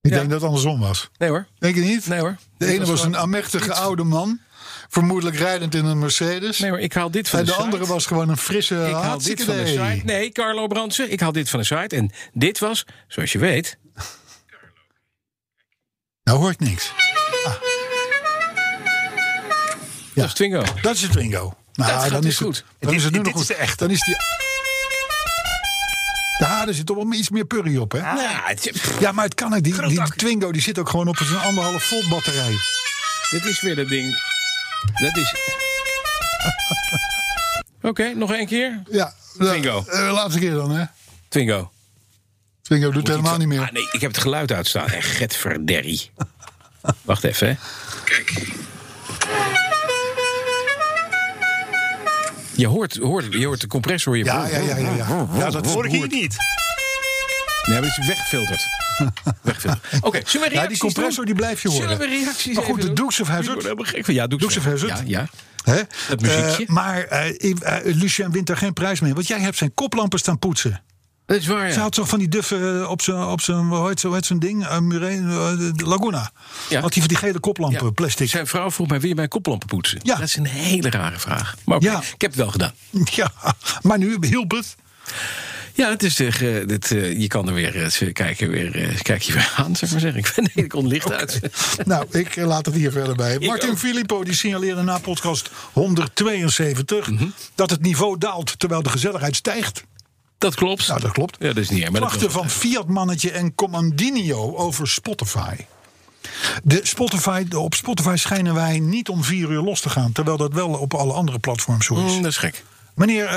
Ik denk dat het andersom was.
Nee hoor.
Denk je niet?
Nee hoor.
De
Dit
ene was
gewoon-
een amechtige oude man. Vermoedelijk rijdend in een Mercedes.
Nee, maar ik haal dit van
en
de,
de
site.
andere was gewoon een frisse
Ik haal dit van de
hartstikke idee.
site. Nee, Carlo Brandsen. Ik haal dit van de site. En dit was, zoals je weet...
Nou hoor ik niks.
Dat is Twingo.
Dat is het bingo. Nou,
gaat
dan
dus
is het,
goed.
Dan
Dit-
is het nu
dit
nog
is
goed.
de echte.
Dan is die... Ja, er zit toch wel iets meer purrie op, hè?
Nou, het- pff,
Ja, maar het kan ook. Die, die Twingo die zit ook gewoon op zo'n anderhalf volt batterij.
dit is weer dat ding. Dat is... Oké, nog één keer.
Ja, nou,
Twingo.
eh, laatste keer dan, hè?
Twingo.
Twingo doet helemaal niet
Ah,
meer.
nee, ik heb het geluid uitstaan. Echt getverderrie. Wacht even, hè. Je hoort, hoort, je hoort de compressor in je
Ja, ja, ja, ja. ja. ja dat
Hoor ik hier
verroert.
niet.
Nee, maar het is weggefilterd. weggefilterd. Oké, zullen we
Ja,
reacties
die compressor
doen?
die blijf je horen.
Zullen we reacties
Maar goed,
even
de
doen?
Dukes of
Ik word
Hazzard.
helemaal gek van- Ja, Dukes,
Dukes of Hazzard.
Ja, ja.
Hè?
Dat muziekje.
Eh, maar eh, eh, Lucien wint daar geen prijs mee. Want jij hebt zijn koplampen staan poetsen.
Dat is waar,
Ze
ja.
had toch van die duffe eh, op zijn, op zijn hoe heet zo- hoe heet zo'n ding? Eh, Murray, eh, de- de Laguna.
Ja.
Had hij van die gele koplampen,
Ja.
plastic.
Zijn vrouw vroeg mij, wil je mijn koplampen poetsen?
Ja.
Dat is een hele rare vraag. Maar oké,
Ja.
ik heb het wel gedaan.
Ja, maar nu hielp het.
Ja, het is de, ge- dit, eh, je kan er weer eens kijken, weer, eh, kijk je weer aan, zeg maar zeggen. Ik ben ik kon licht uit.
Nou, ik eh, laat het hier verder bij. Martin
ook.
Filippo die signaleerde na podcast 172
Mhm.
dat het niveau daalt terwijl de gezelligheid stijgt.
Dat klopt.
Nou, dat klopt.
Ja, dat is niet erg. maar dat
Klachten
klopt.
van Fiat Mannetje en Commandinio over Spotify. De Spotify, de- op Spotify schijnen wij niet om vier uur los te gaan, terwijl dat wel op alle andere platforms zo is.
Mm, dat is gek.
Meneer eh,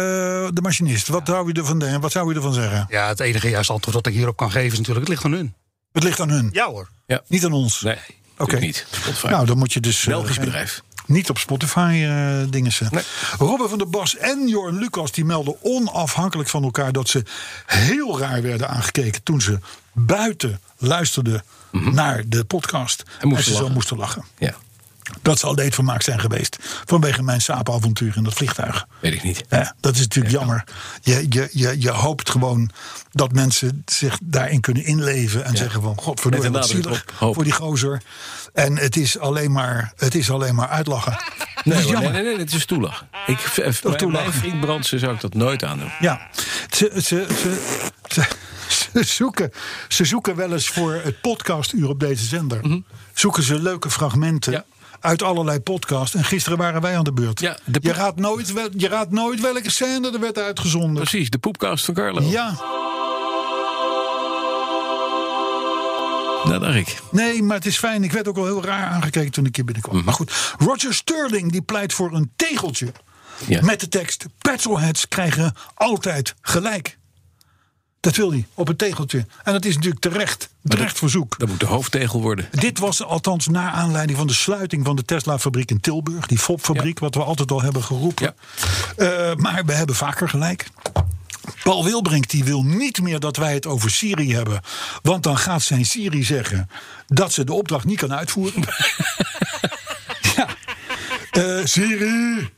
de machinist, wat, zou u ervan, de- wat zou u ervan zeggen?
Ja, het enige juiste antwoord dat ik hierop kan geven is natuurlijk, het ligt aan hun.
Het ligt aan hun,
Ja hoor.
Ja.
niet aan ons.
Nee, oké.
Oké.
niet. Spotify.
Nou, dan moet je dus... eh,
Belgisch
geen-
bedrijf.
Niet op Spotify eh, dingen zetten.
Nee.
Robin van der Bas en Jorn Lucas die melden onafhankelijk van elkaar dat ze heel raar werden aangekeken toen ze buiten luisterden naar de podcast. En,
Mhm. moesten
ze zo
lachen.
moesten lachen.
Ja,
Dat zal leedvermaak zijn geweest vanwege mijn saapavontuur in dat vliegtuig.
weet ik niet.
Hè, dat is natuurlijk jammer. Je, je, je, je hoopt gewoon dat mensen zich daarin kunnen inleven. En zeggen van,
Met
godverdomme,
een
wat
nadruk
zielig
op hoop.
voor die gozer. En het is alleen maar, het is alleen maar uitlachen.
Nee,
dat is
hoor,
jammer.
nee, nee, nee, het is toelach. Ik, eh, mijn,
toelach.
mijn vriend Brandsen zou ik dat nooit aandoen.
Ja, ze, ze, ze, ze, ze zoeken, ze zoeken wel eens voor het podcastuur op deze zender. Zoeken ze leuke fragmenten.
Mhm. Ja.
Uit allerlei podcasts. En gisteren waren wij aan de beurt.
Ja, de
je,
pod-
raadt nooit wel, je raadt nooit welke scène er werd uitgezonden.
Precies, de poepkast van Carlo.
Ja,
Dat dacht ik.
nee, maar het is fijn. Ik werd
Mhm.
ook al heel raar aangekeken toen ik hier binnenkwam. Maar goed, Roger Sterling die pleit voor een tegeltje.
Ja.
Met de tekst: Petrolheads krijgen altijd gelijk. Dat wil hij op een tegeltje. En dat is natuurlijk terecht. Terecht verzoek.
Dat moet de hoofdtegel worden.
Dit was althans naar aanleiding van de sluiting van de Tesla-fabriek in Tilburg. Die FOP-fabriek, wat we altijd al hebben geroepen. Eh, maar we hebben vaker gelijk. Paul Wilbrink die wil niet meer dat wij het over Syrië hebben. Want dan gaat zijn Syrië zeggen dat ze de opdracht niet kan uitvoeren. ja. Eh, Syrië.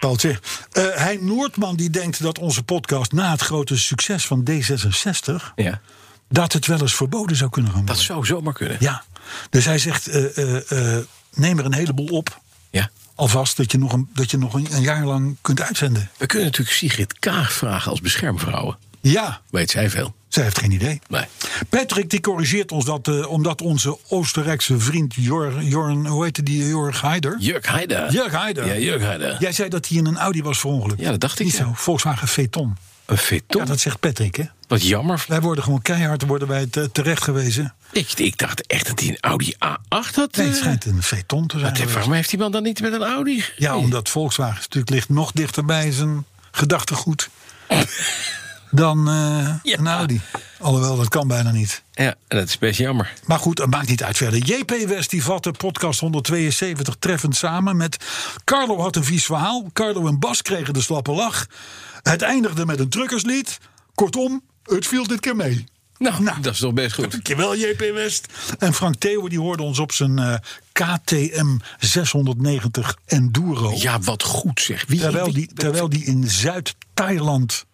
Paaltje. Eh hij Noordman die denkt dat onze podcast na het grote succes van D66...
Ja.
dat het wel eens verboden zou kunnen gaan worden.
Dat zou zomaar kunnen.
Ja, dus hij zegt: eh, eh, eh, neem er een heleboel op.
Ja.
Alvast dat je nog, een, dat je nog een, een jaar lang kunt uitzenden.
We kunnen natuurlijk Sigrid Kaag vragen als beschermvrouwen.
Ja,
Weet zij veel?
zij heeft geen idee.
Nee.
Patrick die corrigeert ons dat eh, omdat onze Oostenrijkse vriend Jor, Jorn, hoe heette die? Jorg Heider.
Jurk Heide.
Jurk Heider.
Ja, Jurk Heide.
Jij zei dat hij in een Audi was verongelukt.
Ja, dat dacht ik,
Niet
ja.
zo. Volkswagen Phaeton.
Een veton.
Ja, dat zegt Patrick, hè?
Wat jammer.
Wij worden gewoon keihard worden wij te- terecht gewezen.
Ik, ik dacht echt dat hij een Audi A8 had.
Nee, het
eh.
schijnt een Phaeton te zijn.
Wat heeft-
geweest.
waarom heeft die man dan niet met een Audi?
Ja, omdat Volkswagen natuurlijk ligt nog dichter bij zijn gedachtegoed dan eh,
Ja.
een Audi. Alhoewel, dat kan bijna niet.
Ja, en dat is best jammer.
Maar goed, het maakt niet uit verder. JP West die vatte podcast 172 treffend samen met... Carlo had een vies verhaal. Carlo en Bas kregen de slappe lach. Het eindigde met een truckerslied. Kortom, het viel dit keer mee.
Nou, dat is toch best goed.
Dankjewel, JP West. En Frank Theo die hoorde ons op zijn eh, KTM 690 Enduro.
Ja, wat goed zeg. Wie,
Terwijl
wie-
die, terwijl die in Zuid-Thailand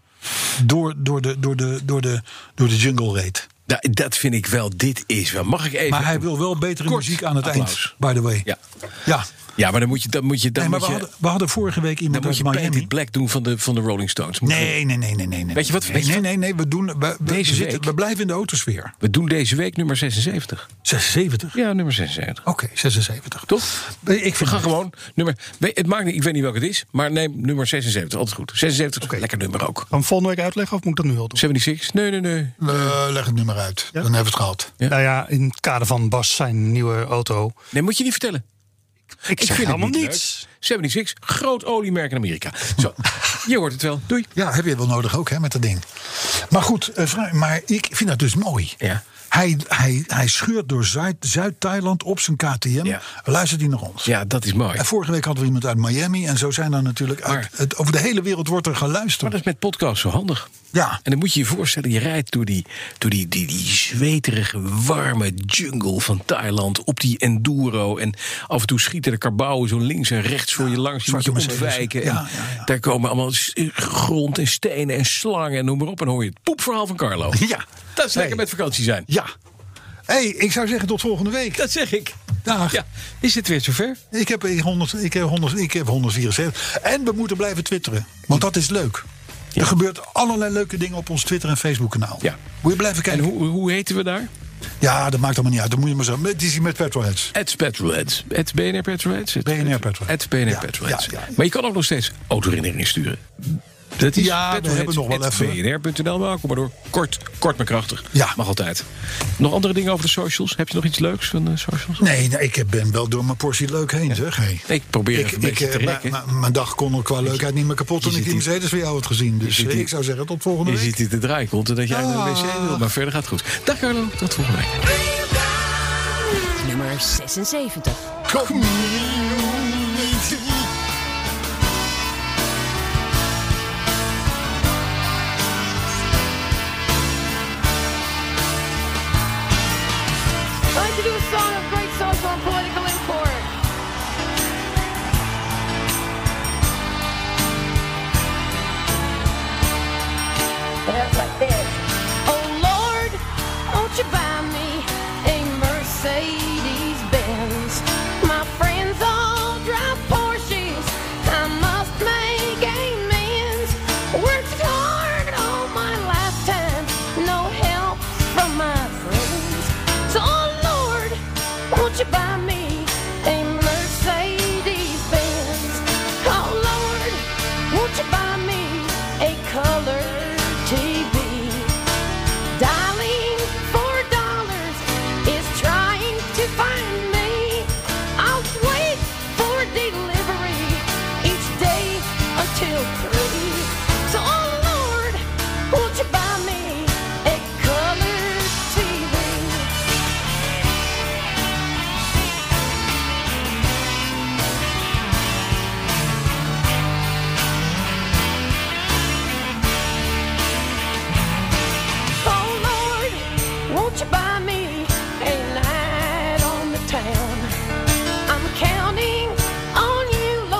door, door, de, door, de, door, de, door de jungle reed.
Da- Nou, dat vind ik wel, dit is wel. Mag ik even...
Maar hij wil wel betere
Kort
muziek aan het
applaus.
eind, by the way.
Ja.
ja.
Ja, maar dan moet je... Dan moet je, dan
Nee, maar we
moet je
hadden, we hadden vorige week
dan
iemand
moet
uit
je
Miami.
Painted Black doen van de, van de Rolling Stones. Moeten we-
Nee, nee, nee, nee, nee, nee.
Weet je wat-
Nee,
weet je
nee,
wat-
nee, nee, we, doen, we, we,
Deze
zitten,
week-
we blijven in de autosfeer.
We doen deze week nummer 76.
76.
Ja, nummer 76.
Oké, 76.
Toch?
Ik vind
We gaan gewoon nummer... we- Het maakt niet, ik weet niet welke het is, maar neem nummer 76. Altijd goed. 76, is een lekker nummer ook.
Gaan we volgende week uitleggen of moet ik dat nu al doen?
76? Nee, nee, nee.
Eh, leg het nu maar uit. Dan hebben we het gehad.
Nou ja, in het kader van Bas zijn nieuwe auto.
Nee, moet je niet vertellen.
Ik zeg
vind het
helemaal
niet
niets.
76, groot oliemerk in Amerika. Zo, je hoort het wel. Doei.
Ja, heb je wel nodig ook, hè, met dat ding. Maar goed, eh, vrij- maar ik vind dat dus mooi.
Ja.
Hij, hij, hij scheurt door Zuid- Zuid-Thailand op zijn KTM.
Ja.
Luistert hij naar ons.
Ja, dat is mooi.
En vorige week hadden we iemand uit Miami. En zo zijn er natuurlijk... uit-
Maar-
het, over de hele wereld wordt er
Maar
geluisterd.
dat is met podcasts zo handig.
Ja.
En dan moet je je voorstellen, je rijdt door die, door die, die, die zweterige, warme jungle van Thailand op die enduro. En af en toe schieten de karbouwen zo links en rechts voor je langs. Je moet je
zwarte Mercedes.
ontwijken. En
Ja, ja, ja.
Daar komen allemaal s- eh, grond en stenen en slangen en noem maar op. En dan hoor je het poepverhaal van Carlo.
Ja.
Dat is lekker
Hey.
met vakantie zijn.
Ja. Hé, hey, ik zou zeggen tot volgende week.
Dat zeg ik.
Dag.
Ja, is het weer zover?
Ik, heb 100, ik, heb 100, ik heb 174. En we moeten blijven twitteren. Want dat is leuk. Er gebeurt allerlei leuke dingen op ons Twitter- en Facebook-kanaal.
Ja.
Moet je blijven
En
kijken.
hoe, hoe heten we daar?
Ja, dat maakt allemaal niet uit. Dan moet je maar zo. Het is hier met petrolheads.
At Petrolheads. At BNR Petrolheads. At-
BNR Petrolheads.
At BNR
Ja,
Petrolheads.
ja, ja, ja.
Maar je kan ook nog steeds autoherinnering sturen. Dat is
Ja, we
petrolheads
hebben nog wel
at
even.
BNR.nl, welkom maar door. Kort, kort maar krachtig.
Ja.
Mag altijd. Nog andere dingen over de socials? Heb je nog iets leuks van de socials?
Nee, nou, ik ben wel door mijn portie leuk heen, zeg. Hey.
Ik probeer even een beetje
eh,
te
mijn-
rekken.
mijn- Mijn dag kon er qua leukheid niet meer kapot toen ik die Mercedes weer jou had gezien. Dus
zit
eh,
hier-
ik zou zeggen tot volgende
Je
week. Ah.
ziet hier de draaikont en dat jij naar de wc wil. Maar verder gaat het goed. Dag Carlo, tot volgende week.
Nummer 76.
I'd like to do a song of great social and political import. It's like this. Oh Lord, won't you buy me a Mercedes Benz? My friends all drive Porsche oh, Oh, oh Oh, Oh,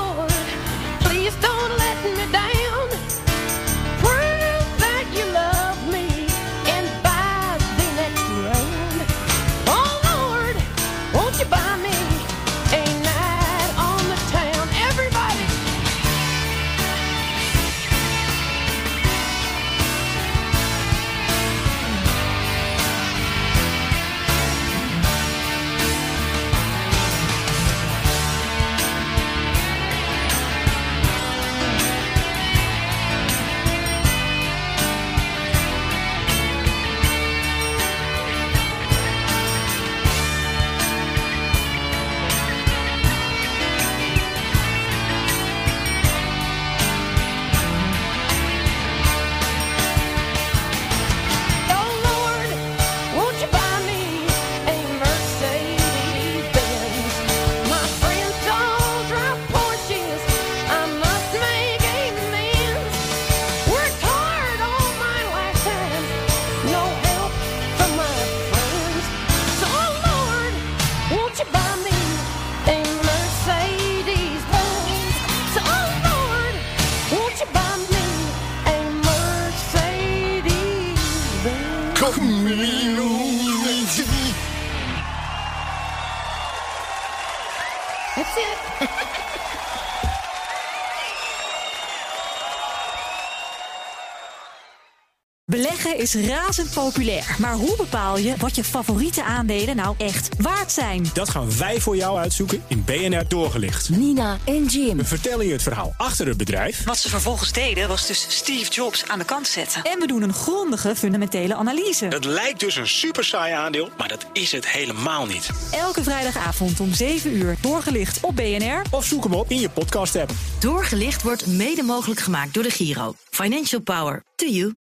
Oh,
That's it.
Beleggen is razend populair. Maar hoe bepaal je wat je favoriete aandelen nou echt waard zijn?
Dat gaan wij voor jou uitzoeken in BNR Doorgelicht.
Nina en Jim.
We vertellen je het verhaal achter het bedrijf.
Wat ze vervolgens deden was dus Steve Jobs aan de kant zetten.
En we doen een grondige fundamentele analyse.
Het lijkt dus een super saai aandeel, maar dat is het helemaal niet.
Elke vrijdagavond om 7 uur doorgelicht op BNR.
Of zoek hem op in je podcast app.
Doorgelicht wordt mede mogelijk gemaakt door de Giro. Financial Power to you.